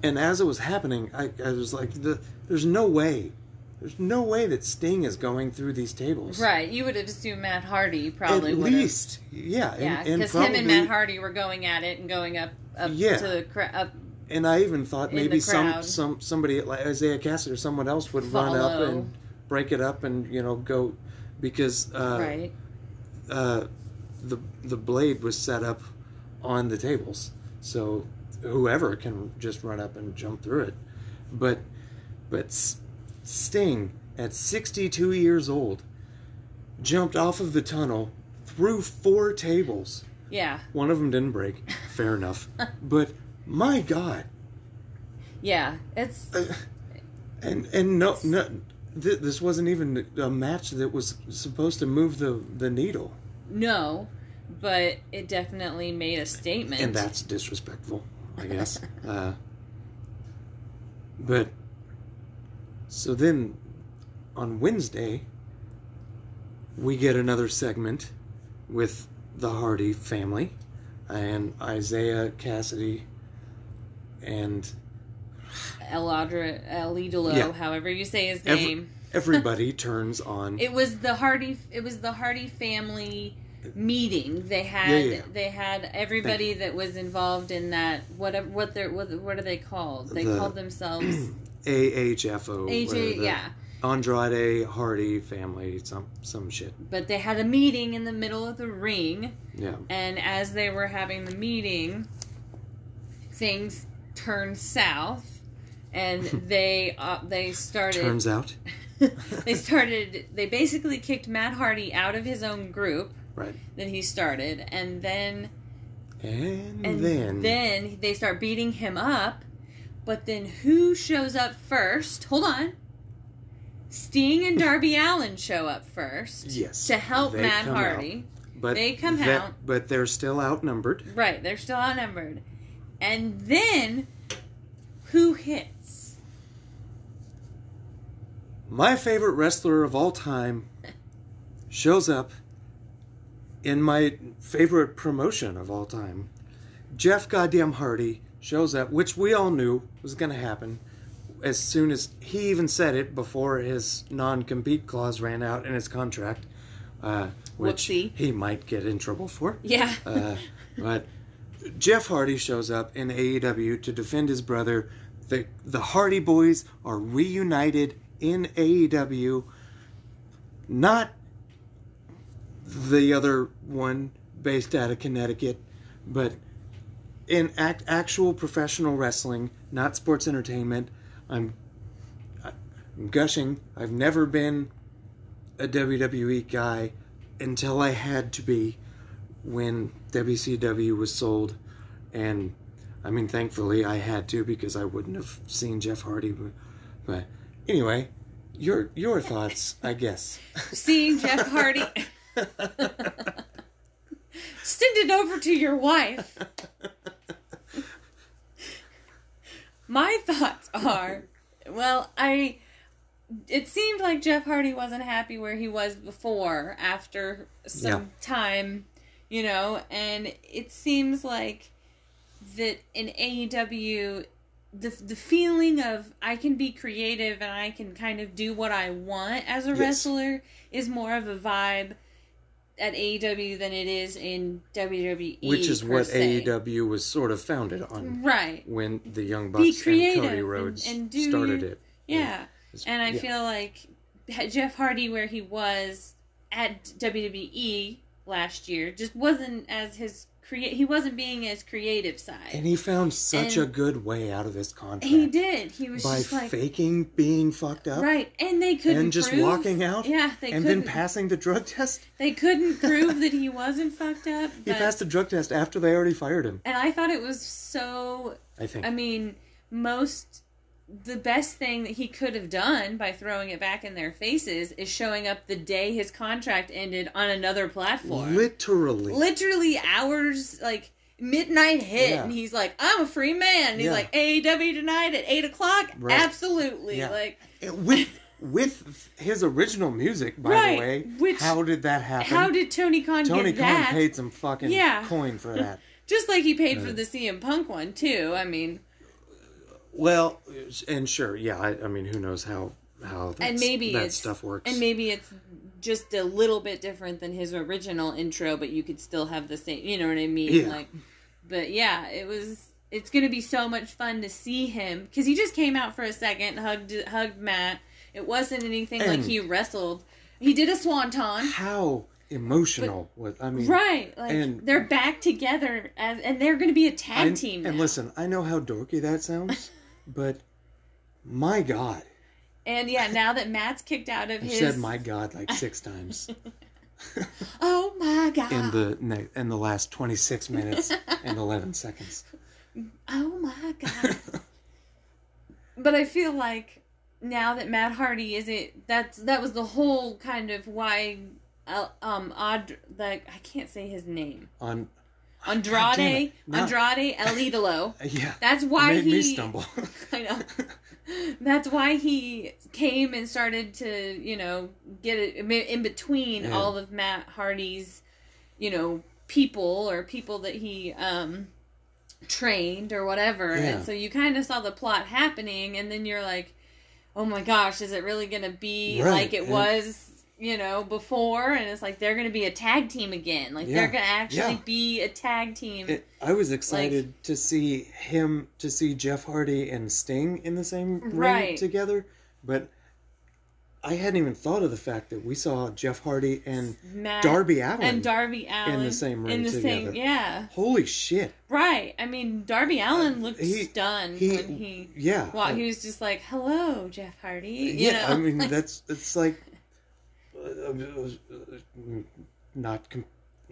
Speaker 1: and as it was happening i, I was like the, there's no way there's no way that sting is going through these tables
Speaker 2: Right. You would have assumed Matt Hardy
Speaker 1: at
Speaker 2: probably would have.
Speaker 1: least yeah
Speaker 2: Yeah,
Speaker 1: and, and
Speaker 2: because him and
Speaker 1: probably-
Speaker 2: Matt Hardy were going at it and going up up
Speaker 1: Yeah.
Speaker 2: to the cra- up
Speaker 1: and i even thought
Speaker 2: in the
Speaker 1: maybe some
Speaker 2: crowd.
Speaker 1: some somebody like isaiah cassidy or someone else would run up
Speaker 2: Follow.
Speaker 1: and break it up and you know go because uh,
Speaker 2: right.
Speaker 1: uh, the the blade was set up on the tables, so whoever can just run up and jump through it. But but S- Sting at 62 years old jumped off of the tunnel through four tables.
Speaker 2: Yeah.
Speaker 1: One of them didn't break, fair enough. But my God, uh,
Speaker 2: Yeah. It's
Speaker 1: and and no no. Th- this wasn't even a match that was supposed to move the, the needle.
Speaker 2: no, but it definitely made a statement.
Speaker 1: and that's disrespectful, I guess. uh, but so then on Wednesday, we get another segment with the Hardy family and Isaiah Cassidy and
Speaker 2: Elodra Elidolo,
Speaker 1: Yeah.
Speaker 2: however you say his
Speaker 1: Every-
Speaker 2: name.
Speaker 1: everybody turns on.
Speaker 2: It was the Hardy. It was the Hardy family meeting. They had.
Speaker 1: Yeah, yeah.
Speaker 2: They had everybody that was involved in that. Whatever. What they're. What, what are they called? They
Speaker 1: The-
Speaker 2: called themselves
Speaker 1: AHFO. where
Speaker 2: AJ.
Speaker 1: the
Speaker 2: Yeah.
Speaker 1: Andrade Hardy family, some some shit.
Speaker 2: But they had a meeting in the middle of the ring,
Speaker 1: Yeah.
Speaker 2: and as they were having the meeting, things turned south, and they uh, they started.
Speaker 1: Turns out,
Speaker 2: they started. They basically kicked Matt Hardy out of his own group.
Speaker 1: right.
Speaker 2: that he started, and then
Speaker 1: And,
Speaker 2: and
Speaker 1: then,
Speaker 2: then. they start beating him up. But then who shows up first? Hold on. Sting and Darby Allen show up first.
Speaker 1: Yes,
Speaker 2: To help
Speaker 1: they
Speaker 2: Matt
Speaker 1: come out.
Speaker 2: Hardy.
Speaker 1: But
Speaker 2: They come
Speaker 1: that-
Speaker 2: out.
Speaker 1: but they're still outnumbered.
Speaker 2: Right, they're still outnumbered. And then who hits?
Speaker 1: My favorite wrestler of all time shows up in my favorite promotion of all time. Jeff Goddamn Hardy shows up, which we all knew was going to happen. As soon as he even said it before his non-compete clause ran out in his contract, uh, which
Speaker 2: Whoopsie.
Speaker 1: he might get in trouble for.
Speaker 2: Yeah.
Speaker 1: Uh, but Jeff Hardy shows up in AEW to defend his brother. The the Hardy Boys are reunited in E AEW. Not the other one based out of Connecticut, but in act, actual professional wrestling, not sports entertainment. I'm, I'm gushing. I've never been a WWE guy until I had to be when WCW was sold, and I mean, thankfully I had to because I wouldn't have seen Jeff Hardy. But, but anyway, your your thoughts, I guess.
Speaker 2: Seeing Jeff Hardy. Send it over to your wife. My thoughts are well, I. It seemed like Jeff Hardy wasn't happy where he was before after some
Speaker 1: Yeah.
Speaker 2: time, you know, and it seems like that in AEW, the, the feeling of I can be creative and I can kind of do what I want as a
Speaker 1: Yes.
Speaker 2: wrestler is more of a vibe at AEW than it is in WWE.
Speaker 1: Which is
Speaker 2: E, per
Speaker 1: what E
Speaker 2: se.
Speaker 1: AEW was sort of founded on
Speaker 2: Right.
Speaker 1: when the Young Bucks and
Speaker 2: creative
Speaker 1: Cody
Speaker 2: and-
Speaker 1: Rhodes
Speaker 2: and do
Speaker 1: started
Speaker 2: your-
Speaker 1: it.
Speaker 2: Yeah.
Speaker 1: It's-
Speaker 2: And I
Speaker 1: yeah.
Speaker 2: feel like Jeff Hardy, where he was at WWE last year, just wasn't as his create. He wasn't being as creative
Speaker 1: And
Speaker 2: side.
Speaker 1: he found such a
Speaker 2: And-
Speaker 1: good way out of this contract
Speaker 2: He did. He was
Speaker 1: by
Speaker 2: just like
Speaker 1: faking being fucked up
Speaker 2: right, and they couldn't
Speaker 1: and just
Speaker 2: prove-
Speaker 1: walking out
Speaker 2: Yeah, they
Speaker 1: and then
Speaker 2: couldn't.
Speaker 1: passing the drug test.
Speaker 2: they couldn't prove that he wasn't fucked up.
Speaker 1: He
Speaker 2: But,
Speaker 1: passed the drug test after they already fired him.
Speaker 2: and I thought it was so
Speaker 1: I think.
Speaker 2: I mean, most the best thing that he could have done by throwing it back in their faces is showing up the day his contract ended on another platform.
Speaker 1: Literally.
Speaker 2: Literally hours like midnight hit
Speaker 1: Yeah.
Speaker 2: and he's like, I'm a free man. And he's
Speaker 1: Yeah.
Speaker 2: like, AEW tonight at eight o'clock?
Speaker 1: Right.
Speaker 2: Absolutely.
Speaker 1: Yeah.
Speaker 2: Like
Speaker 1: with with his original music, by
Speaker 2: Right,
Speaker 1: the way.
Speaker 2: which-
Speaker 1: how did that happen?
Speaker 2: how did Tony Khan
Speaker 1: Tony
Speaker 2: get
Speaker 1: Khan
Speaker 2: that?
Speaker 1: paid some fucking
Speaker 2: Yeah.
Speaker 1: coin for that?
Speaker 2: Just like he paid for the CM Punk one too. I mean
Speaker 1: Well, and sure, yeah. I, I mean, who knows how how that's,
Speaker 2: and maybe
Speaker 1: that
Speaker 2: it's,
Speaker 1: stuff works?
Speaker 2: and maybe it's just a little bit different than his original intro but you could still have the same you know what i mean
Speaker 1: Yeah.
Speaker 2: like but yeah it was it's gonna be so much fun to see him because he just came out for a second hugged hugged matt it wasn't anything like
Speaker 1: And-
Speaker 2: he wrestled he did a swanton
Speaker 1: how emotional was? I mean,
Speaker 2: right like
Speaker 1: and-
Speaker 2: they're back together as, and they're gonna be a tag
Speaker 1: and,
Speaker 2: team
Speaker 1: and
Speaker 2: now.
Speaker 1: listen, I know how dorky that sounds, but my God,
Speaker 2: and yeah now that matt's kicked out of
Speaker 1: I
Speaker 2: his
Speaker 1: said my God like six times
Speaker 2: oh my god
Speaker 1: in the ne- in the last twenty six minutes and eleven seconds.
Speaker 2: Oh my god. but I feel like now that Matt Hardy is it that's that was the whole kind of why uh, um Aud like I can't say his name.
Speaker 1: On God damn
Speaker 2: Andrade
Speaker 1: it. No.
Speaker 2: Andrade El Idolo.
Speaker 1: yeah,
Speaker 2: That's why
Speaker 1: made
Speaker 2: he
Speaker 1: me stumble.
Speaker 2: I know. That's why he came and started to, you know, get it in between
Speaker 1: Yeah.
Speaker 2: all of Matt Hardy's, you know, people or people that he um trained or whatever.
Speaker 1: Yeah.
Speaker 2: And so you kind of saw the plot happening and then you're like, "Oh my gosh, is it really going to be
Speaker 1: Right,
Speaker 2: like it
Speaker 1: and-
Speaker 2: was?" You know, before, and it's like they're going to be a tag team again. Like
Speaker 1: Yeah,
Speaker 2: they're going to actually
Speaker 1: yeah.
Speaker 2: be a tag team.
Speaker 1: It, I was excited to see him to see Jeff Hardy and Sting in the same ring
Speaker 2: Right.
Speaker 1: together, but I hadn't even thought of the fact that we saw Jeff Hardy and
Speaker 2: Matt
Speaker 1: Darby Allen.
Speaker 2: and Darby Allen
Speaker 1: same room
Speaker 2: in the
Speaker 1: together.
Speaker 2: same yeah.
Speaker 1: Holy shit!
Speaker 2: Right. I mean, Darby Allen looked
Speaker 1: Uh, he-
Speaker 2: stunned
Speaker 1: he-
Speaker 2: when he.
Speaker 1: Yeah,
Speaker 2: Wow, he was just like, "Hello, Jeff Hardy." You
Speaker 1: yeah.
Speaker 2: know?
Speaker 1: I mean, that's it's like uh, not com-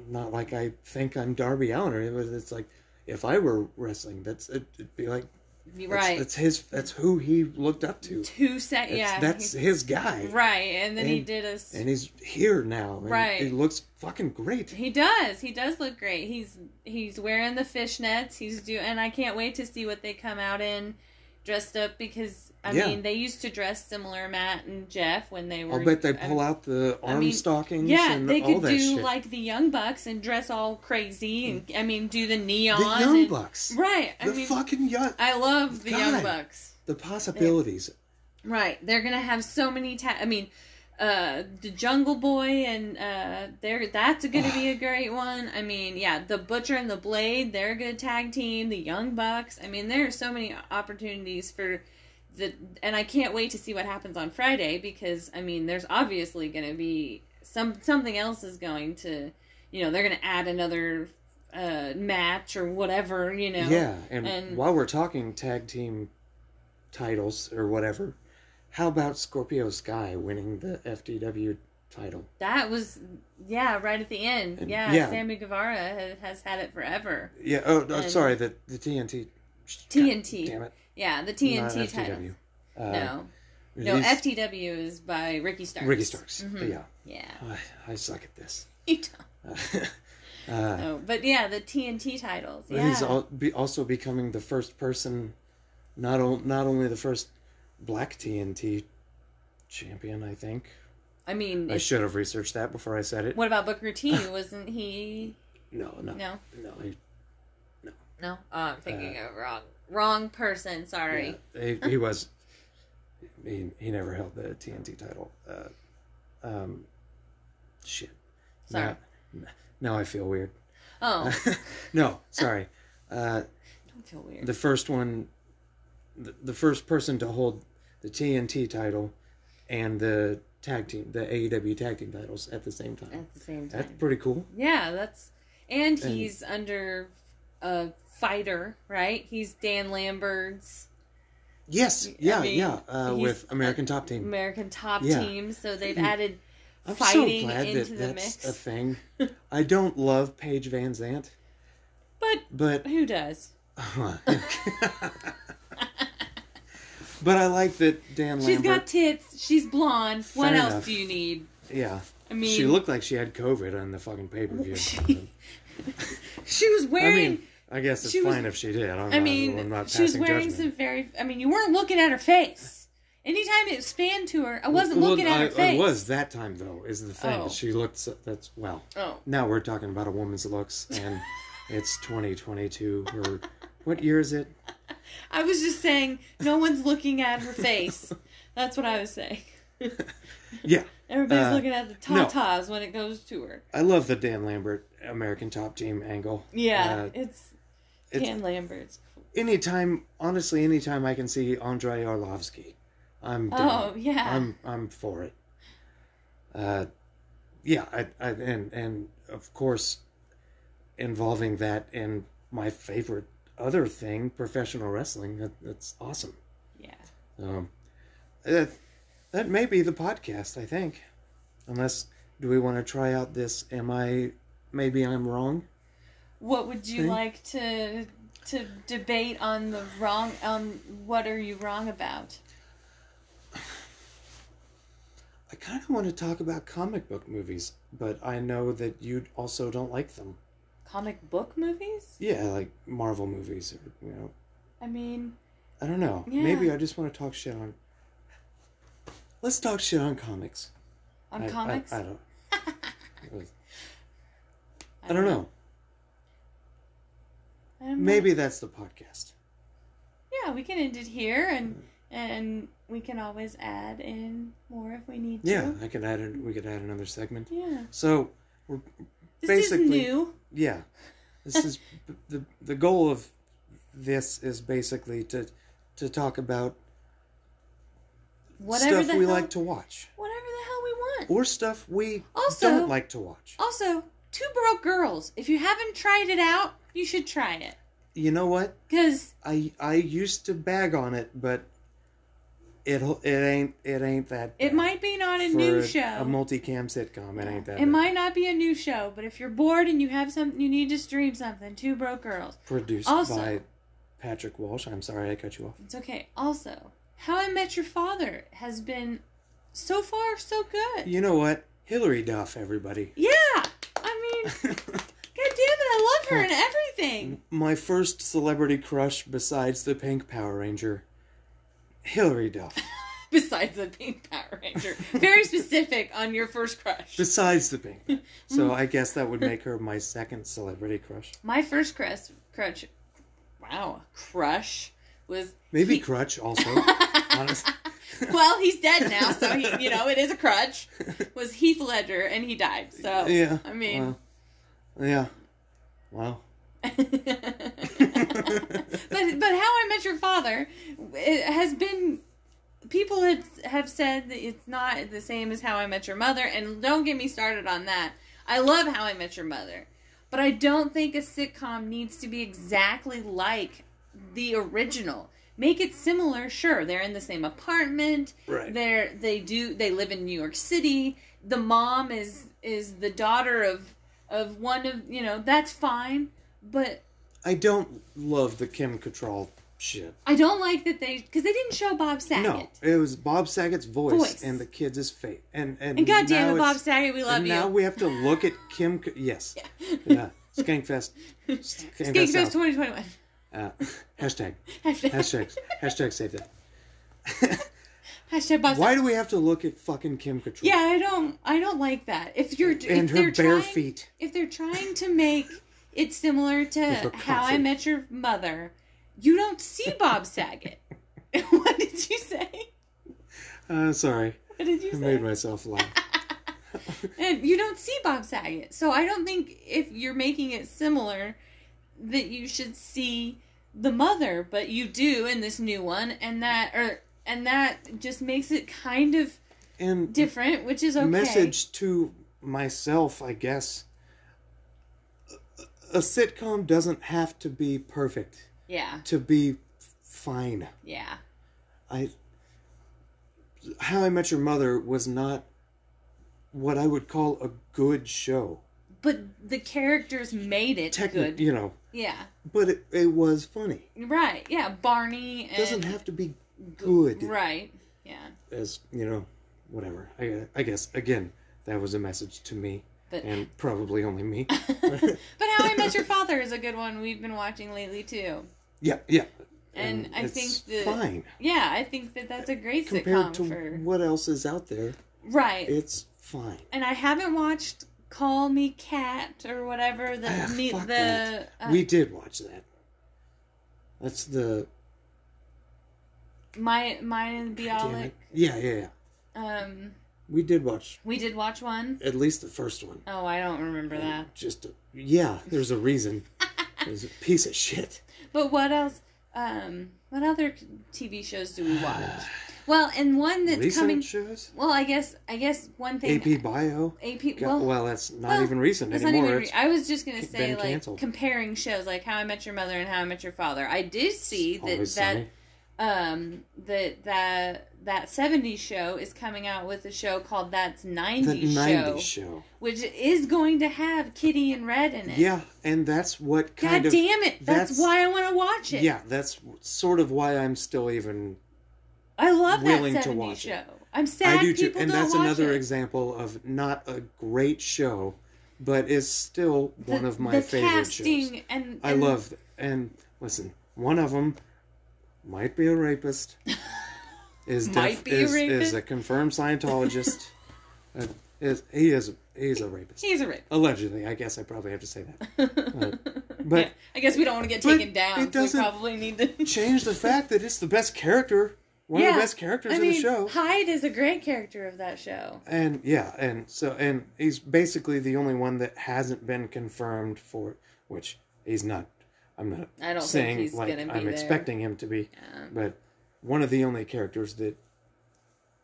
Speaker 1: not like I think I'm Darby Allen or it was- it's like if I were wrestling, that's it, it'd be like that's,
Speaker 2: right.
Speaker 1: That's his. That's who he looked up to.
Speaker 2: Two set.
Speaker 1: That's,
Speaker 2: Yeah.
Speaker 1: that's
Speaker 2: he-
Speaker 1: his guy.
Speaker 2: right. And then he
Speaker 1: and-
Speaker 2: did a. s-
Speaker 1: and he's here now. and
Speaker 2: Right.
Speaker 1: He looks fucking great.
Speaker 2: he does. He does look great. He's he's wearing the fishnets. He's do, and I can't wait to see what they come out in, dressed up because I
Speaker 1: Yeah.
Speaker 2: mean they used to dress similar, Matt and Jeff, when they were.
Speaker 1: I'll bet they
Speaker 2: I-
Speaker 1: pull out the arm
Speaker 2: mean,
Speaker 1: stockings
Speaker 2: Yeah,
Speaker 1: and
Speaker 2: they
Speaker 1: all
Speaker 2: could
Speaker 1: that
Speaker 2: do
Speaker 1: shit. Mm.
Speaker 2: like the Young Bucks and dress all crazy, and I mean, do the neon.
Speaker 1: the Young
Speaker 2: and-
Speaker 1: Bucks.
Speaker 2: right? I
Speaker 1: the
Speaker 2: mean,
Speaker 1: fucking young.
Speaker 2: I love the
Speaker 1: God.
Speaker 2: Young Bucks.
Speaker 1: The possibilities.
Speaker 2: Right, they're gonna have so many. Ta- I mean, uh, the Jungle Boy and uh, they're that's gonna be a great one. I mean, yeah, the Butcher and the Blade, they're a good tag team. The Young Bucks. I mean, there are so many opportunities for. The, and I can't wait to see what happens on Friday because I mean, there's obviously going to be some something else is going to you know they're gonna add another uh, match or whatever. You know.
Speaker 1: Yeah, and,
Speaker 2: and-
Speaker 1: while we're talking tag team titles or whatever, how about Scorpio Sky winning the FTW title?
Speaker 2: That was yeah right at the end.
Speaker 1: And-
Speaker 2: Yeah,
Speaker 1: yeah.
Speaker 2: Sammy Guevara has, has had it forever.
Speaker 1: Yeah. Oh, oh
Speaker 2: And-
Speaker 1: sorry. The the TNT.
Speaker 2: TNT.
Speaker 1: God damn it.
Speaker 2: Yeah, the
Speaker 1: not
Speaker 2: TNT title.
Speaker 1: FTW. Uh,
Speaker 2: No, no,
Speaker 1: released-
Speaker 2: FTW is by Ricky Starks.
Speaker 1: Ricky Starks.
Speaker 2: Mhm.
Speaker 1: Yeah.
Speaker 2: Yeah.
Speaker 1: I, I suck at this.
Speaker 2: You don't
Speaker 1: uh,
Speaker 2: know. oh, But yeah, the TNT titles.
Speaker 1: But He's
Speaker 2: yeah.
Speaker 1: al- be also becoming the first person, not o- not only the first black TNT champion. I think
Speaker 2: I mean,
Speaker 1: I
Speaker 2: it's-
Speaker 1: should have researched that before I said it.
Speaker 2: what about Booker T? Wasn't he?
Speaker 1: No, no, no,
Speaker 2: No,
Speaker 1: he-
Speaker 2: no. Oh, I'm thinking of wrong, wrong person. Sorry.
Speaker 1: Uh, yeah, he, he was. He, he never held the TNT title. Uh, um, shit.
Speaker 2: Sorry.
Speaker 1: Now, now I feel weird.
Speaker 2: Oh,
Speaker 1: no, sorry. Uh,
Speaker 2: don't feel weird.
Speaker 1: the first one the, the first person to hold the TNT title and the tag team the AEW tag team titles at the same time.
Speaker 2: At the same time.
Speaker 1: That's pretty cool.
Speaker 2: Yeah, that's and
Speaker 1: And-
Speaker 2: he's under a fighter, right? He's Dan Lambert's
Speaker 1: Yes,
Speaker 2: I
Speaker 1: yeah,
Speaker 2: mean,
Speaker 1: yeah, uh,
Speaker 2: he's-
Speaker 1: with American Top Team.
Speaker 2: American top
Speaker 1: Yeah. Hmm.
Speaker 2: team, so they've added
Speaker 1: I'm
Speaker 2: fighting
Speaker 1: so glad
Speaker 2: into
Speaker 1: that
Speaker 2: the
Speaker 1: that's
Speaker 2: mix.
Speaker 1: a thing. I don't love Paige Van Zant,
Speaker 2: but
Speaker 1: but
Speaker 2: who does?
Speaker 1: but I like that Dan
Speaker 2: She's got
Speaker 1: Lambert.
Speaker 2: tits, she's blonde. what
Speaker 1: Fair
Speaker 2: else
Speaker 1: enough.
Speaker 2: do you need?
Speaker 1: yeah,
Speaker 2: I mean
Speaker 1: she looked like she had COVID on the fucking pay per view.
Speaker 2: she was
Speaker 1: I
Speaker 2: wearing
Speaker 1: mean, I guess it's
Speaker 2: she was-
Speaker 1: fine if she did. I'm
Speaker 2: I
Speaker 1: not, I'm
Speaker 2: mean,
Speaker 1: not
Speaker 2: she was
Speaker 1: passing
Speaker 2: wearing
Speaker 1: judgment.
Speaker 2: some very. I mean, you weren't looking at her face. Anytime it spanned to her, I wasn't
Speaker 1: Well,
Speaker 2: looking at
Speaker 1: I,
Speaker 2: her face.
Speaker 1: I was that time though. Is the thing
Speaker 2: Oh.
Speaker 1: she looked. So, that's well.
Speaker 2: Oh,
Speaker 1: Now we're talking about a woman's looks, and it's 2022. Or what year is it?
Speaker 2: I was just saying, no one's looking at her face. That's what I was saying.
Speaker 1: Yeah,
Speaker 2: Everybody's
Speaker 1: Uh,
Speaker 2: looking at the
Speaker 1: no.
Speaker 2: tatas when it goes to her.
Speaker 1: I love the Dan Lambert American Top Team angle.
Speaker 2: Yeah,
Speaker 1: Uh,
Speaker 2: it's
Speaker 1: it's-
Speaker 2: Dan Lambert's.
Speaker 1: anytime, honestly, anytime I can see Andrei Arlovsky, I'm
Speaker 2: Oh
Speaker 1: down.
Speaker 2: yeah,
Speaker 1: I'm I'm for it. Uh, yeah, I, I and and of course, involving that in my favorite other thing, professional wrestling. That, that's awesome.
Speaker 2: yeah.
Speaker 1: Um, that that may be the podcast. I think, unless do we want to try out this? Am I? Maybe I'm wrong.
Speaker 2: What would you
Speaker 1: Thing?
Speaker 2: like to to debate on the wrong? Um, what are you wrong about?
Speaker 1: I kind of want to talk about comic book movies, but I know that you also don't like them.
Speaker 2: Comic book movies?
Speaker 1: Yeah, like Marvel movies, or you know,
Speaker 2: I mean,
Speaker 1: I don't know.
Speaker 2: Yeah.
Speaker 1: Maybe I just want to talk shit on. Let's talk shit on comics.
Speaker 2: on
Speaker 1: I- I-
Speaker 2: comics.
Speaker 1: I, don't. I don't know.
Speaker 2: I don't know.
Speaker 1: Maybe that's the podcast.
Speaker 2: Yeah, we can end it here, and and we can always add in more if we need to.
Speaker 1: Yeah, I could add. An, we could add another segment.
Speaker 2: Yeah.
Speaker 1: So we're
Speaker 2: This
Speaker 1: Basically-
Speaker 2: is new.
Speaker 1: yeah this is the the goal of this is basically to to talk about
Speaker 2: Whatever
Speaker 1: stuff
Speaker 2: the
Speaker 1: we
Speaker 2: hell,
Speaker 1: like to watch
Speaker 2: whatever the hell we want.
Speaker 1: or stuff we
Speaker 2: Also-
Speaker 1: don't like to watch
Speaker 2: Also, Two Broke Girls. If you haven't tried it out, you should try it.
Speaker 1: you know what
Speaker 2: Cause
Speaker 1: i i used to bag on it but it it ain't it ain't that
Speaker 2: it
Speaker 1: bad.
Speaker 2: might be not a
Speaker 1: For
Speaker 2: new
Speaker 1: a,
Speaker 2: show.
Speaker 1: a multi-cam sitcom it ain't that
Speaker 2: it
Speaker 1: bad.
Speaker 2: might not be a new show, but if you're bored and you have something you need to stream something, Two Broke Girls.
Speaker 1: produced
Speaker 2: Also-
Speaker 1: by patrick walsh i'm sorry i cut you off
Speaker 2: It's okay. Also, How I Met Your Father has been so far so good.
Speaker 1: you know what hillary duff everybody
Speaker 2: Yeah. I mean, god damn it, I love her and everything.
Speaker 1: my first celebrity crush besides the pink power ranger hillary duff
Speaker 2: Besides the pink Power Ranger. Very specific on your first crush.
Speaker 1: besides the pink Power- so i guess that would make her my second celebrity crush
Speaker 2: My first crush, crush, wow, crush was
Speaker 1: maybe crutch also honest
Speaker 2: well, he's dead now, so he, you know, it is a crutch. Was Heath Ledger, and he died. So
Speaker 1: yeah
Speaker 2: I mean,
Speaker 1: well, yeah wow
Speaker 2: but but How I Met Your Father it has been people have, have said that it's not the same as How I Met Your Mother, and don't get me started on that. I love How I Met Your Mother, but I don't think a sitcom needs to be exactly like the original. Make it similar, sure. They're in the same apartment.
Speaker 1: Right.
Speaker 2: They're they do they live in New York City. The mom is is the daughter of of one of you know that's fine, but
Speaker 1: I don't love the Kim Cattrall shit.
Speaker 2: I don't like that they because they didn't show Bob Saget.
Speaker 1: No, it was Bob Saget's voice,
Speaker 2: Voice.
Speaker 1: and the kids' is fate. And and,
Speaker 2: And goddamn
Speaker 1: now
Speaker 2: it, Bob
Speaker 1: it's-
Speaker 2: Saget, we love
Speaker 1: and now
Speaker 2: you.
Speaker 1: we have to look at Kim. Ca- Yes. Yeah. Skankfest.
Speaker 2: Skankfest
Speaker 1: Skankfest. South.
Speaker 2: 2021.
Speaker 1: Uh, hashtag.
Speaker 2: Hashtag,
Speaker 1: Hashtags. Hashtag save that.
Speaker 2: hashtag Bob
Speaker 1: Why
Speaker 2: Saget.
Speaker 1: do we have to look at fucking Kim Cattrall?
Speaker 2: Yeah, I don't. I don't like that. If you're
Speaker 1: And
Speaker 2: if
Speaker 1: her
Speaker 2: they're
Speaker 1: bare
Speaker 2: trying,
Speaker 1: feet.
Speaker 2: If they're trying to make it similar to
Speaker 1: her
Speaker 2: How I
Speaker 1: coffee.
Speaker 2: Met Your Mother, you don't see Bob Saget. what did you say?
Speaker 1: Uh, sorry.
Speaker 2: What did you
Speaker 1: I
Speaker 2: say?
Speaker 1: made myself laugh.
Speaker 2: And you don't see Bob Saget. So I don't think if you're making it similar that you should see the mother, but you do in this new one and that or and that just makes it kind of
Speaker 1: And
Speaker 2: different, which is okay.
Speaker 1: message to myself, I guess. A a sitcom doesn't have to be perfect
Speaker 2: Yeah.
Speaker 1: to be f- fine.
Speaker 2: Yeah.
Speaker 1: I How I Met Your Mother was not what I would call a good show.
Speaker 2: But the characters made it
Speaker 1: Technically,
Speaker 2: good.
Speaker 1: you know,
Speaker 2: Yeah.
Speaker 1: but it, it was funny.
Speaker 2: Right. Yeah, Barney and
Speaker 1: It doesn't have to be good
Speaker 2: Right. Yeah.
Speaker 1: as, you know, whatever. I, I guess again, that was a message to me
Speaker 2: But-
Speaker 1: and probably only me.
Speaker 2: But How I Met Your Father is a good one we've been watching lately too.
Speaker 1: Yeah, yeah.
Speaker 2: And I
Speaker 1: it's
Speaker 2: think the-
Speaker 1: fine
Speaker 2: Yeah, I think that that's a great
Speaker 1: compared
Speaker 2: sitcom
Speaker 1: to
Speaker 2: for
Speaker 1: what else is out there.
Speaker 2: Right.
Speaker 1: It's fine.
Speaker 2: and I haven't watched Call Me Cat or whatever the
Speaker 1: Ah,
Speaker 2: me,
Speaker 1: fuck
Speaker 2: the
Speaker 1: that.
Speaker 2: uh,
Speaker 1: we did watch that. That's the
Speaker 2: my Mayan
Speaker 1: damn
Speaker 2: Bialik.
Speaker 1: it. Yeah, yeah, yeah.
Speaker 2: Um,
Speaker 1: We did watch
Speaker 2: we did watch one.
Speaker 1: at least the first one.
Speaker 2: Oh, I don't remember that.
Speaker 1: Just a, yeah, there's a reason. There's a piece of shit.
Speaker 2: But what else? Um, what other TV shows do we watch? Well, and one that's
Speaker 1: recent
Speaker 2: coming.
Speaker 1: Uh, shows.
Speaker 2: Well, I guess I guess one thing.
Speaker 1: AP Bio.
Speaker 2: AP
Speaker 1: Got-
Speaker 2: well,
Speaker 1: well, that's not
Speaker 2: well,
Speaker 1: even recent
Speaker 2: That's
Speaker 1: anymore.
Speaker 2: not even.
Speaker 1: It's-
Speaker 2: re- I was just gonna
Speaker 1: it's
Speaker 2: say
Speaker 1: been
Speaker 2: like
Speaker 1: canceled.
Speaker 2: comparing shows like How I Met Your Mother and How I Met Your Father. I did see that
Speaker 1: Always
Speaker 2: that
Speaker 1: Sunny.
Speaker 2: um that that that 70s show is coming out with a show called That's 90s,
Speaker 1: the
Speaker 2: show,
Speaker 1: '90s show.
Speaker 2: which is going to have Kitty and Red in it.
Speaker 1: Yeah, and that's what
Speaker 2: God
Speaker 1: kind of
Speaker 2: damn it. That's,
Speaker 1: that's-
Speaker 2: why I want to watch it.
Speaker 1: Yeah, that's sort of why I'm still even.
Speaker 2: I love that
Speaker 1: willing to
Speaker 2: 70s
Speaker 1: watch it.
Speaker 2: show. I'm sad
Speaker 1: I do too,
Speaker 2: people
Speaker 1: and
Speaker 2: don't
Speaker 1: that's
Speaker 2: watch
Speaker 1: another
Speaker 2: it.
Speaker 1: example of not a great show, but is still one
Speaker 2: The-
Speaker 1: of my
Speaker 2: the
Speaker 1: favorite
Speaker 2: casting
Speaker 1: shows.
Speaker 2: And,
Speaker 1: I
Speaker 2: and-
Speaker 1: love and listen. One of them might be a rapist. Is
Speaker 2: Might
Speaker 1: def-
Speaker 2: be a
Speaker 1: is, is
Speaker 2: rapist?
Speaker 1: a confirmed Scientologist. uh, is he is he's a rapist
Speaker 2: He's a rip.
Speaker 1: allegedly? I guess I probably have to say that. Uh, but
Speaker 2: I guess we don't want to get
Speaker 1: But
Speaker 2: taken down.
Speaker 1: it
Speaker 2: so we
Speaker 1: doesn't-
Speaker 2: probably need to
Speaker 1: change the fact that it's the best character, one of
Speaker 2: Yeah.
Speaker 1: the best characters
Speaker 2: I
Speaker 1: in
Speaker 2: mean,
Speaker 1: the show.
Speaker 2: Hyde is a great character of that show.
Speaker 1: And yeah, and so and he's basically the only one that hasn't been confirmed for which he's not. I'm not.
Speaker 2: I don't think
Speaker 1: saying
Speaker 2: he's
Speaker 1: like
Speaker 2: gonna be
Speaker 1: I'm
Speaker 2: there.
Speaker 1: expecting him to be, but one of the only characters that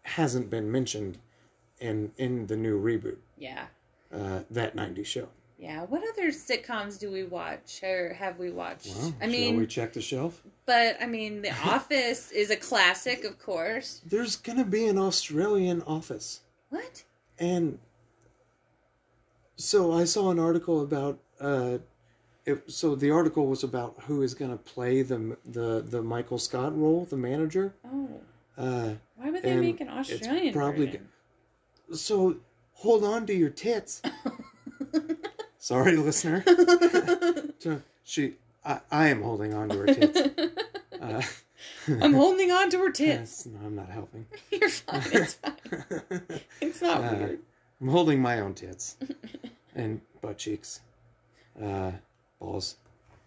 Speaker 1: hasn't been mentioned in in the new reboot
Speaker 2: Yeah.
Speaker 1: uh, that '90s show.
Speaker 2: Yeah, what other sitcoms do we watch or have we watched?
Speaker 1: Wow.
Speaker 2: I
Speaker 1: shall
Speaker 2: mean,
Speaker 1: we check the shelf?
Speaker 2: but I mean, The Office is a classic, of course.
Speaker 1: There's gonna be an Australian Office.
Speaker 2: What?
Speaker 1: And so I saw an article about uh, it, so the article was about who is going to play the the the Michael Scott role, the manager.
Speaker 2: Oh,
Speaker 1: Uh,
Speaker 2: why would they
Speaker 1: And
Speaker 2: make an
Speaker 1: it's
Speaker 2: Australian
Speaker 1: probably
Speaker 2: version?
Speaker 1: so hold on to your tits. Sorry, listener. So she, I, I am holding on to her tits. Uh,
Speaker 2: I'm holding on to her
Speaker 1: yes,
Speaker 2: tits.
Speaker 1: no, I'm not helping.
Speaker 2: You're fine. It's fine. It's not
Speaker 1: Uh,
Speaker 2: weird.
Speaker 1: I'm holding my own tits and butt cheeks, uh, balls.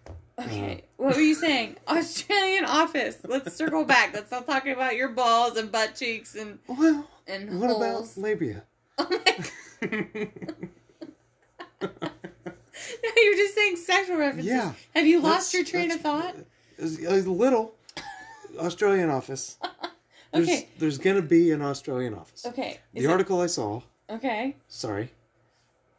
Speaker 1: uh.
Speaker 2: Okay, what were you saying? Australian Office. Let's circle back. Let's stop talking about your balls and butt cheeks and
Speaker 1: Well,
Speaker 2: and
Speaker 1: what
Speaker 2: holes.
Speaker 1: about
Speaker 2: Oh
Speaker 1: labia?
Speaker 2: no, you're just saying sexual references.
Speaker 1: Yeah.
Speaker 2: Have you lost
Speaker 1: That's-
Speaker 2: your train of
Speaker 1: that's-
Speaker 2: thought?
Speaker 1: is- A little Australian office. There's,
Speaker 2: Okay.
Speaker 1: There's gonna be an Australian office.
Speaker 2: Okay.
Speaker 1: The
Speaker 2: is it-
Speaker 1: article I saw,
Speaker 2: okay.
Speaker 1: sorry,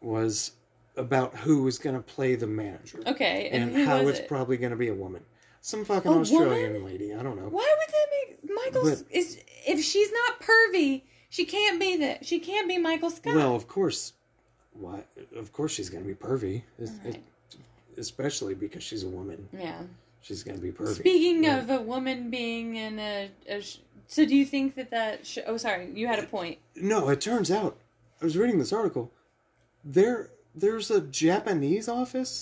Speaker 1: was about who was gonna play the manager
Speaker 2: Okay. And,
Speaker 1: and
Speaker 2: who
Speaker 1: how
Speaker 2: was
Speaker 1: it's
Speaker 2: it?
Speaker 1: probably gonna be a woman, some fucking
Speaker 2: A
Speaker 1: Australian lady. I don't know.
Speaker 2: Why would that make Michael's?
Speaker 1: But-
Speaker 2: Is if she's not pervy, she can't be that. She can't be Michael Scott.
Speaker 1: Well, of course, why? Of course, she's gonna be pervy, es- es-
Speaker 2: Right.
Speaker 1: especially because she's a woman.
Speaker 2: yeah.
Speaker 1: She's gonna be pervy.
Speaker 2: Speaking
Speaker 1: Yeah.
Speaker 2: of a woman being in a, a sh- so do you think that that? Sh- oh, sorry, you had a point.
Speaker 1: No, it turns out I was reading this article. There, there's a Japanese office.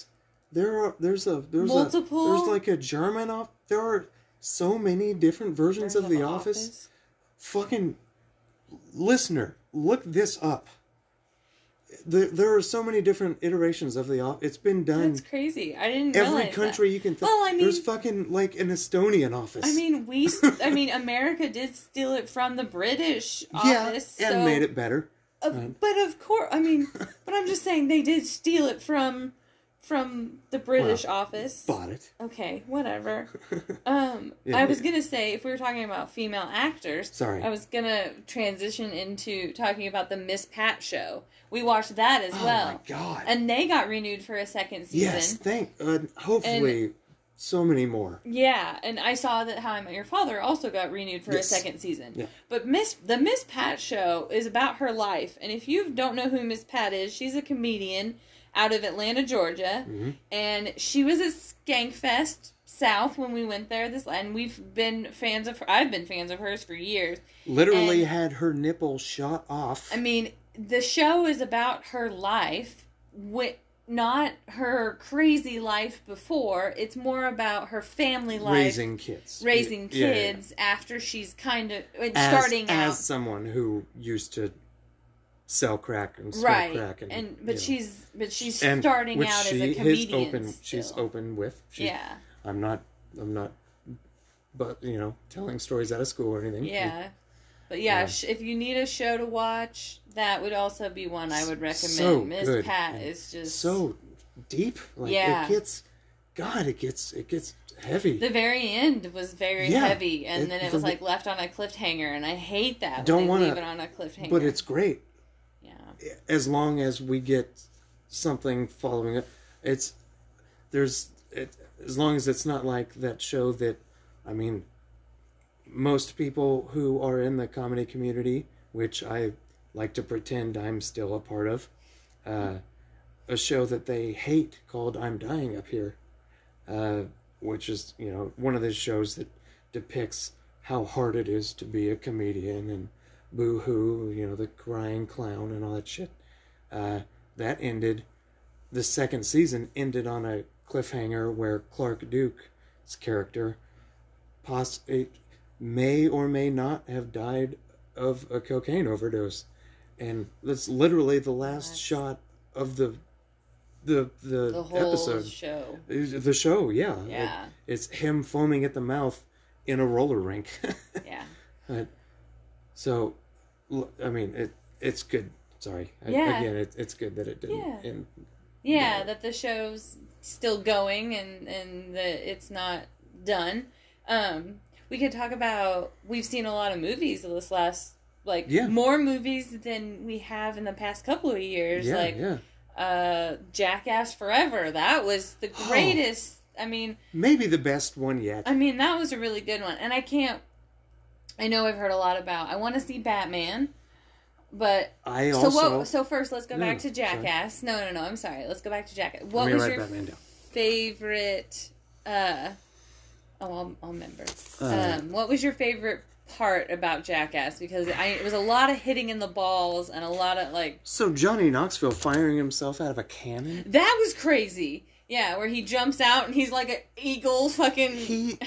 Speaker 1: There are there's a there's
Speaker 2: Multiple?
Speaker 1: A, there's like a German off. There are so many different versions of the office. Fucking listener, look this up. There, there are so many different iterations of the office. It's been done
Speaker 2: That's crazy. I didn't.
Speaker 1: every
Speaker 2: realize that.
Speaker 1: country you can think.
Speaker 2: Well, I
Speaker 1: there's
Speaker 2: mean-
Speaker 1: fucking like an Estonian office.
Speaker 2: I mean, we. s- I mean, America did steal it from the British
Speaker 1: yeah,
Speaker 2: office.
Speaker 1: and
Speaker 2: so,
Speaker 1: made it better.
Speaker 2: of- but of course, I mean, but I'm just saying they did steal it from from the British office.
Speaker 1: Bought it. Oh
Speaker 2: Okay, whatever. Um, I was gonna say if we were talking about female actors,
Speaker 1: Sorry.
Speaker 2: I was gonna transition into talking about the Miss Pat show. We watched that as
Speaker 1: Oh my
Speaker 2: well,
Speaker 1: god.
Speaker 2: and they got renewed for a second season.
Speaker 1: Yes, thank. Uh, hopefully, so many more.
Speaker 2: Yeah, and I saw that How I Met Your Father also got renewed for
Speaker 1: Yes.
Speaker 2: a second season.
Speaker 1: Yeah.
Speaker 2: But Miss the Miss Pat show is about her life, and if you don't know who Miss Pat is, she's a comedian out of Atlanta, Georgia,
Speaker 1: Mm-hmm.
Speaker 2: and she was at Skankfest South when we went there. This and we've been fans of her. I've been fans of hers for years.
Speaker 1: Literally
Speaker 2: And-
Speaker 1: had her nipple shot off.
Speaker 2: I mean, the show is about her life, wi- not her crazy life before. It's more about her family life
Speaker 1: raising kids.
Speaker 2: raising
Speaker 1: Yeah, yeah, yeah.
Speaker 2: kids after she's kind of and
Speaker 1: As-
Speaker 2: starting
Speaker 1: as
Speaker 2: out
Speaker 1: someone who used to sell crack and smoke
Speaker 2: right
Speaker 1: crack, and,
Speaker 2: and, but
Speaker 1: you know.
Speaker 2: she's but she's
Speaker 1: And
Speaker 2: starting
Speaker 1: which
Speaker 2: out
Speaker 1: she
Speaker 2: as a
Speaker 1: is
Speaker 2: comedian
Speaker 1: open. She's
Speaker 2: still.
Speaker 1: open with. She,
Speaker 2: yeah
Speaker 1: I'm not. I'm not. But you know, telling stories out of school or anything.
Speaker 2: yeah but yeah,
Speaker 1: Yeah.
Speaker 2: sh if you need a show to watch that would also be one i would recommend
Speaker 1: So
Speaker 2: miss
Speaker 1: good
Speaker 2: pat
Speaker 1: and
Speaker 2: is just
Speaker 1: So deep. Like
Speaker 2: Yeah.
Speaker 1: it gets. God, it gets. It gets heavy.
Speaker 2: the very end was very
Speaker 1: Yeah.
Speaker 2: heavy and
Speaker 1: It-
Speaker 2: then it
Speaker 1: the-
Speaker 2: was like left on a cliffhanger and i hate that when
Speaker 1: Don't
Speaker 2: they
Speaker 1: wanna-
Speaker 2: leave it on a cliffhanger
Speaker 1: but it's great.
Speaker 2: yeah
Speaker 1: as long as we get something following it it's there's it, as long as it's not like that show that i mean most people who are in the comedy community which i like to pretend i'm still a part of uh, a show that they hate called i'm dying up here uh, which is you know one of those shows that depicts how hard it is to be a comedian and boo hoo, you know, the crying clown and all that shit. Uh, that ended. The second season ended on a cliffhanger where Clark Duke's character poss- it may or may not have died of a cocaine overdose, and that's literally the last
Speaker 2: That's-
Speaker 1: shot of the the the,
Speaker 2: the whole
Speaker 1: episode.
Speaker 2: show
Speaker 1: The show, yeah. It-
Speaker 2: yeah
Speaker 1: it's him foaming at the mouth in a roller rink.
Speaker 2: yeah
Speaker 1: so, l- I mean, it it's good. Sorry. I-
Speaker 2: Yeah.
Speaker 1: Again, it, it's good that it didn't.
Speaker 2: Yeah.
Speaker 1: end.
Speaker 2: yeah
Speaker 1: Yeah.
Speaker 2: that the show's still going and and that it's not done um we could talk about we've seen a lot of movies this last like
Speaker 1: Yeah.
Speaker 2: more movies than we have in the past couple of years
Speaker 1: yeah,
Speaker 2: like
Speaker 1: yeah.
Speaker 2: uh jackass forever that was the
Speaker 1: Oh.
Speaker 2: greatest i mean
Speaker 1: Maybe the best one yet.
Speaker 2: i mean that was a really good one and i can't i know i've heard a lot about i want to see batman but
Speaker 1: I
Speaker 2: so
Speaker 1: also.
Speaker 2: what so first let's go
Speaker 1: No,
Speaker 2: back to
Speaker 1: sorry.
Speaker 2: jackass no no no i'm sorry let's go back to jackass
Speaker 1: let
Speaker 2: what
Speaker 1: me
Speaker 2: was
Speaker 1: write
Speaker 2: your
Speaker 1: Batman down.
Speaker 2: favorite uh oh I'll, I'll remember
Speaker 1: Uh,
Speaker 2: um what was your favorite part about jackass because i it was a lot of hitting in the balls and a lot of like
Speaker 1: So Johnny Knoxville firing himself out of a cannon.
Speaker 2: that was crazy yeah where he jumps out and he's like an eagle fucking
Speaker 1: He.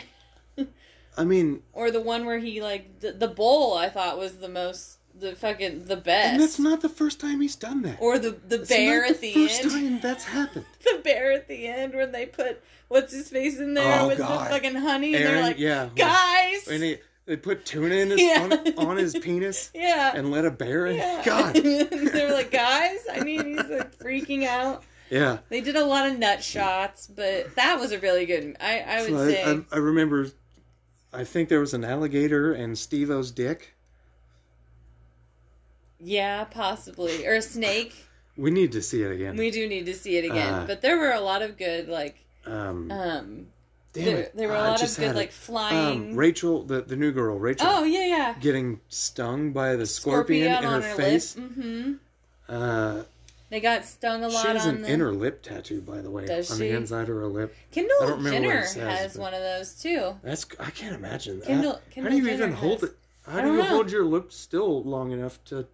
Speaker 1: I mean,
Speaker 2: or the one where he like the, the bowl i thought was the most the fucking the best
Speaker 1: and that's not the first time he's done that.
Speaker 2: or the the
Speaker 1: It's
Speaker 2: bear
Speaker 1: not
Speaker 2: at the,
Speaker 1: first
Speaker 2: end
Speaker 1: time that's happened.
Speaker 2: the bear at the end when they put what's his face in there
Speaker 1: Oh,
Speaker 2: with
Speaker 1: God.
Speaker 2: the fucking honey and
Speaker 1: Aaron,
Speaker 2: they're like
Speaker 1: yeah.
Speaker 2: guys
Speaker 1: And he, they put tuna in his,
Speaker 2: Yeah.
Speaker 1: on, on his penis.
Speaker 2: yeah
Speaker 1: and let a bear in.
Speaker 2: Yeah.
Speaker 1: God,
Speaker 2: they were like, guys, I mean, he's like freaking out.
Speaker 1: yeah.
Speaker 2: They did a lot of nut shots, but that was a really good. I I would
Speaker 1: So I,
Speaker 2: say
Speaker 1: I, I remember I think there was an alligator and Steve-O's dick.
Speaker 2: Yeah, possibly. Or a snake.
Speaker 1: We need to see it again.
Speaker 2: We do need to see it again.
Speaker 1: Uh,
Speaker 2: but there were a lot of good, like,
Speaker 1: um,
Speaker 2: um,
Speaker 1: damn
Speaker 2: there,
Speaker 1: it.
Speaker 2: there were a
Speaker 1: I
Speaker 2: lot of
Speaker 1: just
Speaker 2: good,
Speaker 1: had it.
Speaker 2: like, flying.
Speaker 1: Um, Rachel, the, the new girl, Rachel,
Speaker 2: oh, yeah, yeah.
Speaker 1: getting stung by the scorpion, in
Speaker 2: Scorpion,
Speaker 1: her,
Speaker 2: on her,
Speaker 1: face.
Speaker 2: lip. hmm
Speaker 1: Uh,
Speaker 2: They got stung a
Speaker 1: she
Speaker 2: lot
Speaker 1: has
Speaker 2: on
Speaker 1: an
Speaker 2: the.
Speaker 1: inner lip tattoo, by the way,
Speaker 2: Does
Speaker 1: on
Speaker 2: she?
Speaker 1: the inside of her lip. I don't
Speaker 2: Kendall
Speaker 1: remember what
Speaker 2: Jenner
Speaker 1: it says,
Speaker 2: has
Speaker 1: but-
Speaker 2: one of those too.
Speaker 1: That's I can't imagine that.
Speaker 2: Kendall-
Speaker 1: how
Speaker 2: Kendall
Speaker 1: do you
Speaker 2: Jenner
Speaker 1: even hold
Speaker 2: has-
Speaker 1: it? How
Speaker 2: I
Speaker 1: do
Speaker 2: don't
Speaker 1: you
Speaker 2: know.
Speaker 1: hold your lip still long enough to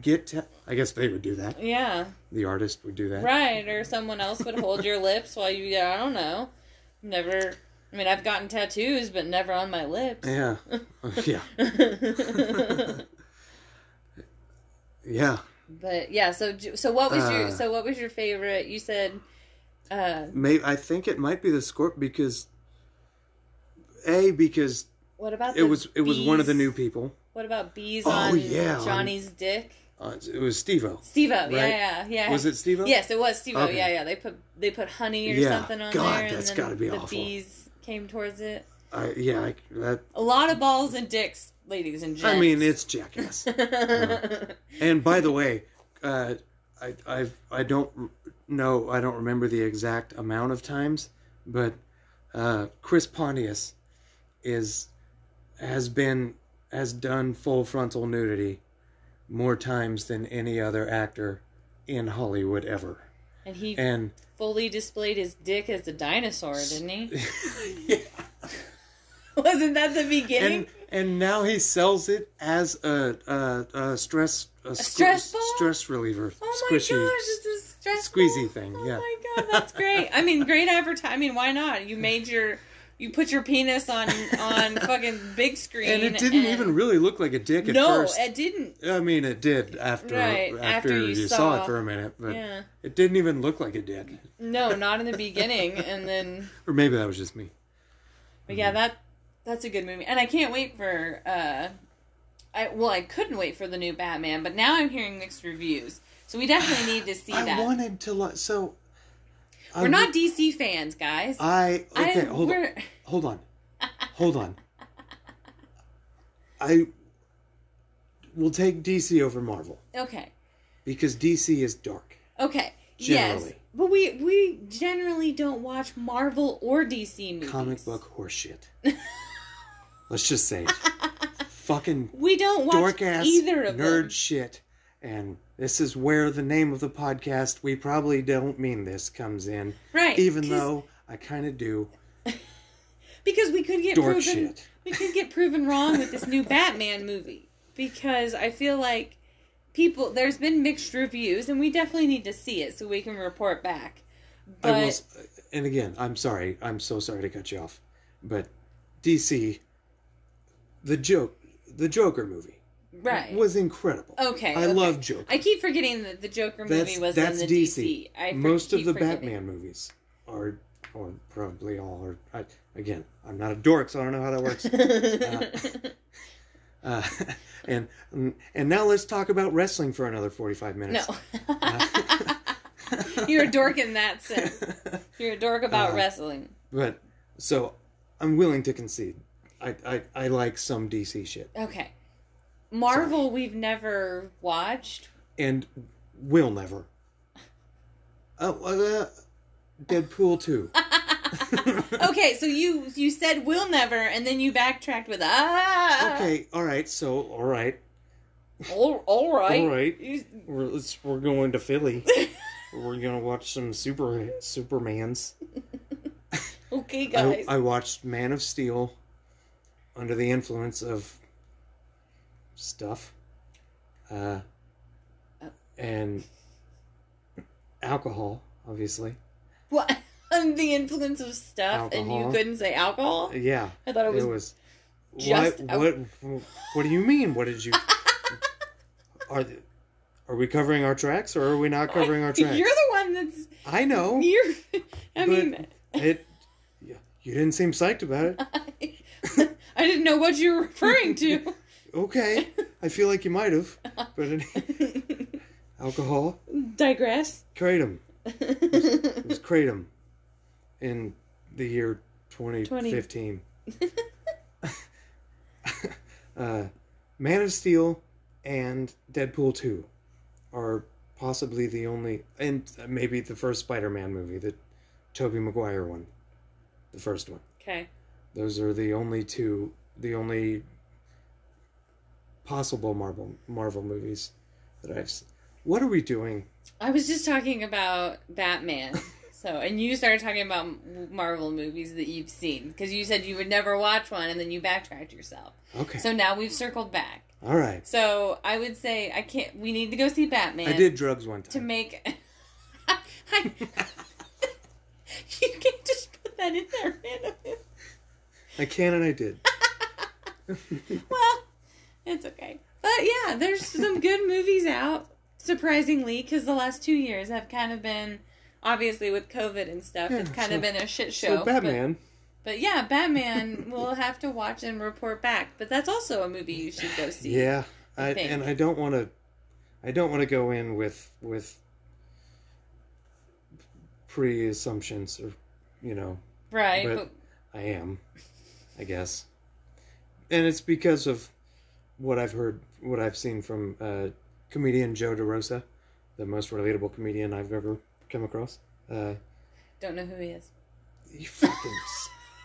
Speaker 1: get? Ta- I guess they would do that.
Speaker 2: Yeah,
Speaker 1: The artist would do that.
Speaker 2: right. Or someone else would hold your lips while you. Yeah, I don't know. Never. I mean, I've gotten tattoos, but never on my lips.
Speaker 1: Yeah, yeah,
Speaker 2: but
Speaker 1: yeah.
Speaker 2: yeah, so j- so what was your
Speaker 1: Uh.
Speaker 2: so what was your favorite? You said, uh,
Speaker 1: May I think it might be the scorp because a because
Speaker 2: what about
Speaker 1: it
Speaker 2: the
Speaker 1: was it was one of the
Speaker 2: bees-
Speaker 1: new people.
Speaker 2: What about bees
Speaker 1: Oh,
Speaker 2: on
Speaker 1: yeah, on-
Speaker 2: Johnny's dick?
Speaker 1: Uh, it was Stevo.
Speaker 2: Steve-O,
Speaker 1: Right.
Speaker 2: yeah, yeah, yeah.
Speaker 1: Was it Stevo?
Speaker 2: Yes, it was Steve
Speaker 1: Okay.
Speaker 2: Yeah, yeah. They put they put honey or
Speaker 1: Yeah.
Speaker 2: something on
Speaker 1: God,
Speaker 2: there, and
Speaker 1: that's
Speaker 2: then
Speaker 1: gotta be
Speaker 2: the
Speaker 1: awful.
Speaker 2: bees came towards it.
Speaker 1: I, yeah. I, that,
Speaker 2: A lot of balls and dicks, ladies and gents.
Speaker 1: I mean, it's jackass. And by the way, uh, I I've, I don't r- know I don't remember the exact amount of times, but uh, Chris Pontius is has been has done full frontal nudity more times than any other actor in Hollywood ever.
Speaker 2: and he
Speaker 1: And
Speaker 2: fully displayed his dick as a dinosaur, didn't he?
Speaker 1: yeah,
Speaker 2: Wasn't that the beginning?
Speaker 1: and and now he sells it as a a, a stress a, squ-
Speaker 2: stress ball?
Speaker 1: stress reliever.
Speaker 2: oh my
Speaker 1: squishy
Speaker 2: gosh, it's a stressful
Speaker 1: squeezy thing,
Speaker 2: Oh
Speaker 1: yeah.
Speaker 2: my god, that's great. I mean, great advertising. I mean, why not? You made your you put your penis on on fucking big screen,
Speaker 1: and it didn't even really look like a dick at
Speaker 2: no,
Speaker 1: first.
Speaker 2: it didn't.
Speaker 1: I mean, it did after
Speaker 2: Right,
Speaker 1: after,
Speaker 2: after
Speaker 1: you,
Speaker 2: you
Speaker 1: saw,
Speaker 2: saw-
Speaker 1: it for a minute, but
Speaker 2: Yeah.
Speaker 1: it didn't even look like a dick.
Speaker 2: No, not in the beginning, and then
Speaker 1: Or maybe that was just me.
Speaker 2: But
Speaker 1: Mm.
Speaker 2: yeah, that that's a good movie, and I can't wait for. uh I well, I couldn't wait for the new Batman, but now I'm hearing mixed reviews, so we definitely need to see
Speaker 1: I
Speaker 2: that.
Speaker 1: wanted to like so.
Speaker 2: We're not DC fans, guys.
Speaker 1: I Oh, okay.
Speaker 2: I-
Speaker 1: hold on.
Speaker 2: we're-
Speaker 1: Hold on. Hold on. I will take DC over Marvel
Speaker 2: Okay,
Speaker 1: because DC is dark.
Speaker 2: okay, yes,
Speaker 1: Generally.
Speaker 2: but we we generally don't watch Marvel or DC movies.
Speaker 1: Comic book horseshit. Let's just say it. Fucking
Speaker 2: We don't watch
Speaker 1: dork ass
Speaker 2: either of
Speaker 1: nerd
Speaker 2: them.
Speaker 1: shit. And this is where the name of the podcast "We Probably Don't Mean This" comes in,
Speaker 2: Right,
Speaker 1: even
Speaker 2: 'cause-
Speaker 1: though I kind of do.
Speaker 2: because we could get
Speaker 1: Dork
Speaker 2: proven
Speaker 1: shit.
Speaker 2: we could get proven wrong with this new Batman movie because I feel like people there's been mixed reviews and we definitely need to see it so we can report back.
Speaker 1: I will,
Speaker 2: But
Speaker 1: s- and again, I'm sorry. I'm so sorry to cut you off, but DC, the joke, the Joker movie
Speaker 2: right.
Speaker 1: was incredible.
Speaker 2: okay.
Speaker 1: I
Speaker 2: okay.
Speaker 1: love Joker.
Speaker 2: I keep forgetting that the Joker movie
Speaker 1: that's
Speaker 2: was
Speaker 1: that's
Speaker 2: in the
Speaker 1: DC.
Speaker 2: DC. I for-
Speaker 1: Most of
Speaker 2: keep
Speaker 1: the
Speaker 2: forgetting.
Speaker 1: Batman movies are, or probably all are. I, again, I'm not a dork, so I don't know how that works. Uh, and and now let's talk about wrestling for another 45
Speaker 2: no.
Speaker 1: minutes.
Speaker 2: You're a dork in that sense. You're a dork about
Speaker 1: Uh,
Speaker 2: wrestling.
Speaker 1: But so I'm willing to concede. I, I, I like some DC shit
Speaker 2: Okay. Marvel we've never watched.
Speaker 1: and will never. Oh, uh, Deadpool 2.
Speaker 2: Okay, so you you said we'll never and then you backtracked with ah
Speaker 1: Okay, all right. So, all right.
Speaker 2: All, all right.
Speaker 1: All right.
Speaker 2: You-
Speaker 1: We're, let's, we're going to Philly. we're going to watch some super Supermans.
Speaker 2: okay,
Speaker 1: I,
Speaker 2: guys.
Speaker 1: I watched Man of Steel under the influence of stuff uh, and alcohol, obviously.
Speaker 2: what? I'm the influence of stuff,
Speaker 1: Alcohol.
Speaker 2: and you couldn't say alcohol.
Speaker 1: Yeah,
Speaker 2: I thought it was.
Speaker 1: it was.
Speaker 2: just
Speaker 1: what,
Speaker 2: al-
Speaker 1: what? What do you mean? What did you? are Are we covering our tracks, or are we not covering our tracks?
Speaker 2: You're the one that's.
Speaker 1: I know.
Speaker 2: You're. I
Speaker 1: but
Speaker 2: mean,
Speaker 1: it. You you didn't seem psyched about it.
Speaker 2: I didn't know what you were referring to.
Speaker 1: Okay, I feel like you might have, but any, alcohol.
Speaker 2: Digress.
Speaker 1: Kratom. It was Kratom in the year 2015. uh, Man of Steel and Deadpool 2 are possibly the only, and maybe the first Spider Man movie, the Tobey Maguire one, the first one.
Speaker 2: Okay.
Speaker 1: Those are the only two, the only possible Marvel Marvel movies that I've seen. What are we doing?
Speaker 2: I was just talking about Batman. So, and you started talking about Marvel movies that you've seen because you said you would never watch one and then you backtracked yourself.
Speaker 1: Okay.
Speaker 2: So now we've circled back.
Speaker 1: All right.
Speaker 2: So I would say I can't. We need to go see Batman.
Speaker 1: I did drugs one
Speaker 2: to
Speaker 1: time.
Speaker 2: make. I, you can't just put that in there randomly.
Speaker 1: I can and I did.
Speaker 2: Well, it's okay. But yeah, there's some good movies out. Surprisingly, because the last two years have kind of been, obviously with COVID and stuff, it's
Speaker 1: Yeah,
Speaker 2: kind
Speaker 1: so-
Speaker 2: of been a shit show.
Speaker 1: So
Speaker 2: but-
Speaker 1: Batman.
Speaker 2: But yeah, Batman we'll have to watch and report back. But that's also a movie you should go see.
Speaker 1: Yeah,
Speaker 2: I
Speaker 1: I,
Speaker 2: think.
Speaker 1: and I don't want to, I don't want to go in with with pre-assumptions or, you know,
Speaker 2: Right.
Speaker 1: But-
Speaker 2: But,
Speaker 1: I am, I guess, and it's because of what I've heard, what I've seen from uh, comedian Joe DeRosa, the most relatable comedian I've ever come across. Uh,
Speaker 2: don't know who he is.
Speaker 1: you fucking.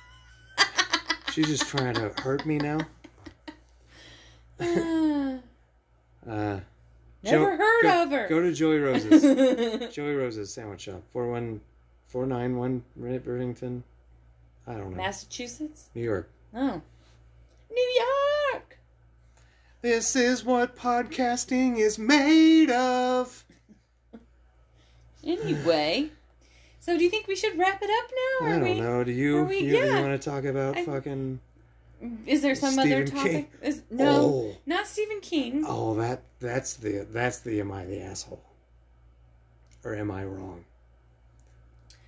Speaker 1: s- She's just trying to hurt me now.
Speaker 2: Ah,
Speaker 1: Uh,
Speaker 2: Never heard
Speaker 1: go-
Speaker 2: of her.
Speaker 1: Go to Joey Rose's. Joey Rose's Sandwich Shop, 41491 Red Burlington. I don't know.
Speaker 2: Massachusetts?
Speaker 1: New York.
Speaker 2: Oh. New York.
Speaker 1: This is what podcasting is made of.
Speaker 2: Anyway. So do you think we should wrap it up now?
Speaker 1: I
Speaker 2: Or
Speaker 1: don't
Speaker 2: we,
Speaker 1: know. Do you,
Speaker 2: are we-
Speaker 1: you,
Speaker 2: yeah.
Speaker 1: want to talk about
Speaker 2: I-
Speaker 1: fucking.
Speaker 2: Is there some other
Speaker 1: Stephen
Speaker 2: topic?
Speaker 1: King.
Speaker 2: Is, no.
Speaker 1: Oh.
Speaker 2: Not Stephen King.
Speaker 1: Oh, that that's the that's the am I the asshole? Or am I wrong?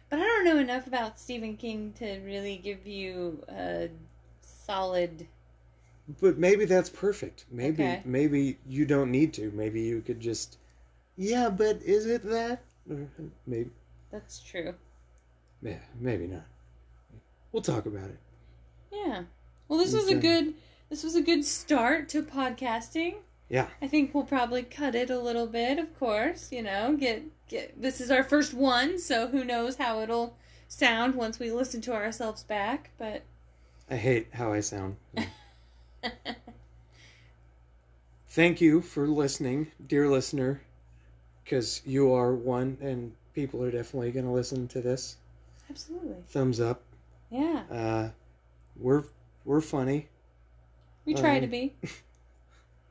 Speaker 2: But I don't know enough about Stephen King to really give you a solid
Speaker 1: But maybe that's perfect. Maybe
Speaker 2: Okay.
Speaker 1: maybe you don't need to. Maybe you could just Yeah, but is it that? Or maybe
Speaker 2: that's true.
Speaker 1: yeah, maybe not. We'll talk about it.
Speaker 2: Yeah. Well, this was a
Speaker 1: Okay.
Speaker 2: good this was a good start to podcasting.
Speaker 1: Yeah.
Speaker 2: I think we'll probably cut it a little bit, of course, you know, get get this is our first one, so who knows how it'll sound once we listen to ourselves back, but
Speaker 1: I hate how I sound. Thank you for listening, dear listener, because you are one, and people are definitely going to listen to this.
Speaker 2: absolutely.
Speaker 1: Thumbs up.
Speaker 2: Yeah.
Speaker 1: Uh, we're we're funny.
Speaker 2: We try
Speaker 1: Um,
Speaker 2: to be.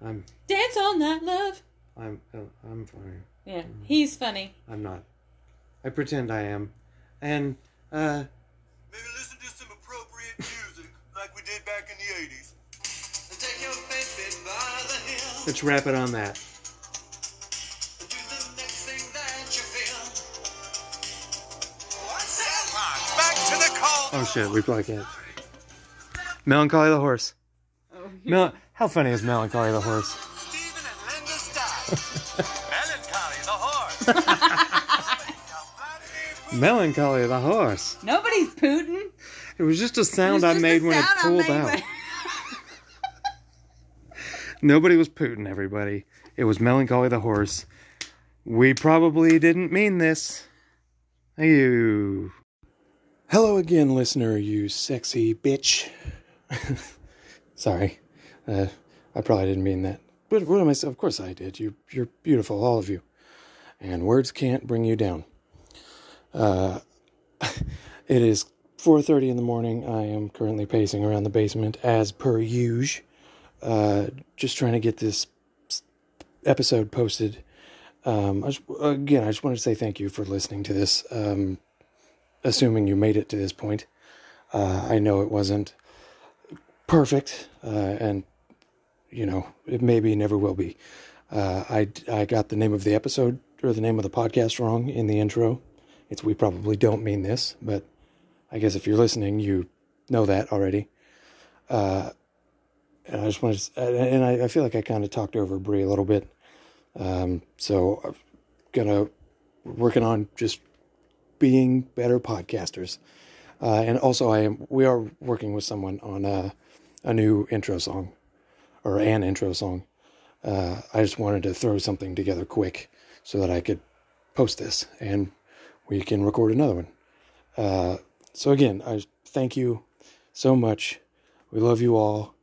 Speaker 1: I'm
Speaker 2: Dance all night, love.
Speaker 1: I'm I'm funny.
Speaker 2: Yeah. He's funny.
Speaker 1: I'm not. I pretend I am, and uh,
Speaker 4: Maybe listen to some appropriate music like we did back in the 80s. And take your baby by the hill
Speaker 1: let's wrap it on that.
Speaker 4: and do the next thing that you feel. What's that? Back to the call.
Speaker 1: Oh shit, we probably can't. Melancholy the horse. Mel- how funny is Melancholy the horse?
Speaker 4: Stephen and Linda Stein. Melancholy the horse.
Speaker 1: Melancholy the horse.
Speaker 2: Nobody's pooting.
Speaker 1: It was just a sound
Speaker 2: It's
Speaker 1: I
Speaker 2: just
Speaker 1: made
Speaker 2: the
Speaker 1: when it
Speaker 2: sound I
Speaker 1: pulled
Speaker 2: made
Speaker 1: out.
Speaker 2: when-
Speaker 1: Nobody was Putin, everybody. It was Melancholy the horse. We probably didn't mean this. You. Hello again, listener, you sexy bitch. Sorry. Uh, I probably didn't mean that. But what am I saying? Of course I did. You, you're beautiful, all of you. And words can't bring you down. Uh, It is 4:30 in the morning. I am currently pacing around the basement as per usual, uh, just trying to get this s- episode posted. Um, I just, again, I just wanted to say thank you for listening to this. Um, assuming you made it to this point, uh, I know it wasn't perfect, uh, and you know it maybe never will be. Uh, I I got the name of the episode or the name of the podcast wrong in the intro. It's we probably don't mean this, but I guess if you're listening, you know that already. Uh, and I just wanted, to, and I, I feel like I kind of talked over Bree a little bit. Um, so I'm gonna working on just being better podcasters. Uh, and also, I am we are working with someone on a, a new intro song, or an intro song. Uh, I just wanted to throw something together quick so that I could post this and we can record another one. Uh, so again, I thank you so much. We love you all.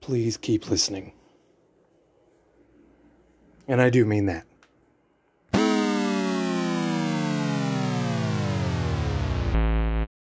Speaker 1: Please keep listening. And I do mean that.